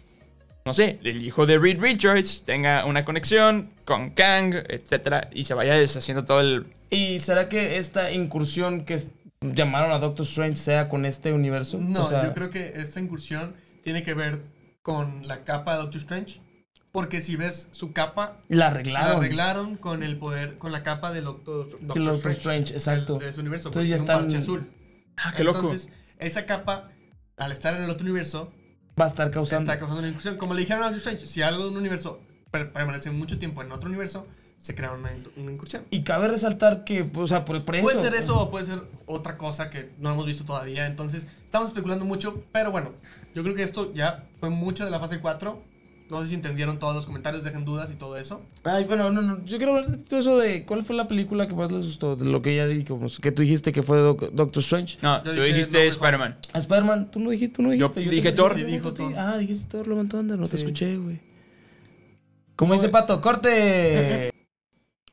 Speaker 1: no sé, el hijo de Reed Richards tenga una conexión con Kang, etcétera, y se vaya deshaciendo todo el...
Speaker 4: ¿Y será que esta incursión que es- llamaron a Doctor Strange sea con este universo?
Speaker 3: No,
Speaker 4: O sea,
Speaker 3: yo creo que esta incursión tiene que ver con la capa de Doctor Strange. Porque si ves su capa,
Speaker 4: La
Speaker 3: la
Speaker 4: arreglaron.
Speaker 3: arreglaron con el poder, con la capa del Doctor,
Speaker 4: Doctor Strange, exacto.
Speaker 3: De su universo, porque
Speaker 4: Entonces
Speaker 3: tiene un
Speaker 4: ya están-
Speaker 3: parche azul.
Speaker 1: Ah, qué loco.
Speaker 3: Entonces, esa capa, al estar en el otro universo,
Speaker 4: Va a estar causando.
Speaker 3: está causando una incursión. Como le dijeron a Doctor Strange, si algo de un universo per- permanece mucho tiempo en otro universo, se crea una, in- una incursión.
Speaker 4: Y cabe resaltar que, o sea, por, por eso.
Speaker 3: Puede ser eso o puede ser otra cosa que no hemos visto todavía. Entonces, estamos especulando mucho, pero bueno, yo creo que esto ya fue mucho de la fase 4. No sé si entendieron todos los comentarios, dejen dudas y todo eso.
Speaker 4: Ay, bueno, no, no. Yo quiero hablar de todo eso de cuál fue la película que más les gustó, de lo que ella dijo, pues, que tú dijiste que fue de Doc- Doctor Strange.
Speaker 1: No,
Speaker 3: Yo
Speaker 1: tú
Speaker 3: dije,
Speaker 1: dijiste
Speaker 3: no, mejor.
Speaker 1: Spider-Man.
Speaker 4: A Spider-Man, tú no dijiste, tú no
Speaker 1: Yo
Speaker 4: dijiste. te
Speaker 1: dije
Speaker 4: escuché,
Speaker 1: Thor.
Speaker 4: yo
Speaker 3: Sí,
Speaker 4: te
Speaker 3: dijo Thor.
Speaker 4: escuché. Ah, dijiste Thor, lo montón no te
Speaker 3: Sí.
Speaker 4: escuché, güey. Como dice Pato, corte.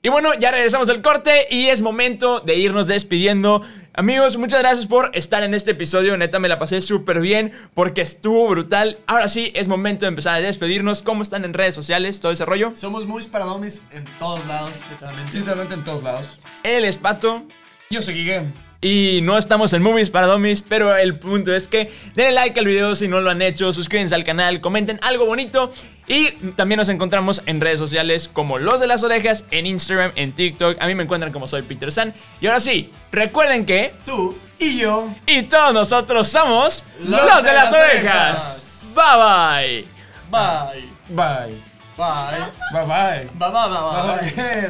Speaker 1: Y bueno, ya regresamos al corte y es momento de irnos despidiendo. Amigos, muchas gracias por estar en este episodio. Neta, me la pasé súper bien porque estuvo brutal. Ahora sí, es momento de empezar a despedirnos. ¿Cómo están en redes sociales? Todo ese rollo.
Speaker 3: Somos muy paradomis en todos lados, literalmente.
Speaker 4: Literalmente en todos lados.
Speaker 1: El espato.
Speaker 4: Yo soy Guille.
Speaker 1: Y no estamos en Movies para Dummies, pero el punto es que denle like al video si no lo han hecho, suscríbanse al canal, comenten algo bonito y también nos encontramos en redes sociales como Los de las Orejas, en Instagram, en TikTok. A mí me encuentran como soy Peter San. Y ahora sí, recuerden que
Speaker 3: Tú.
Speaker 4: Y yo.
Speaker 1: y todos nosotros somos Los, de, las, orejas. Bye bye.
Speaker 3: Bye.
Speaker 4: Bye.
Speaker 3: Bye.
Speaker 4: Bye bye.
Speaker 3: Bye, bye, bye, bye.
Speaker 4: Bye bye. Bye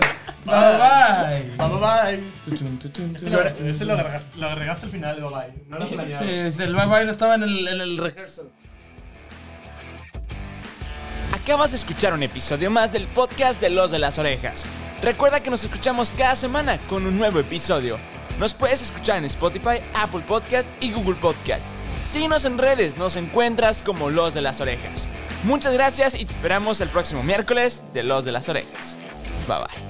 Speaker 4: bye.
Speaker 3: Bye, bye, bye.
Speaker 4: Tuchun, tuchun, tuchun.
Speaker 3: Ese, ese lo, agregaste, lo agregaste al final, bye, bye. No lo planeado.
Speaker 4: Sí, es el bye bye no estaba en el, en el rehearsal.
Speaker 1: Acabas de escuchar un episodio más del podcast de Los de las Orejas. Recuerda que nos escuchamos cada semana con un nuevo episodio. Nos puedes escuchar en Spotify, Apple Podcast y Google Podcast. Síguenos en redes, nos encuentras como Los de las Orejas. Muchas gracias y te esperamos el próximo miércoles de Los de las Orejas. Bye bye.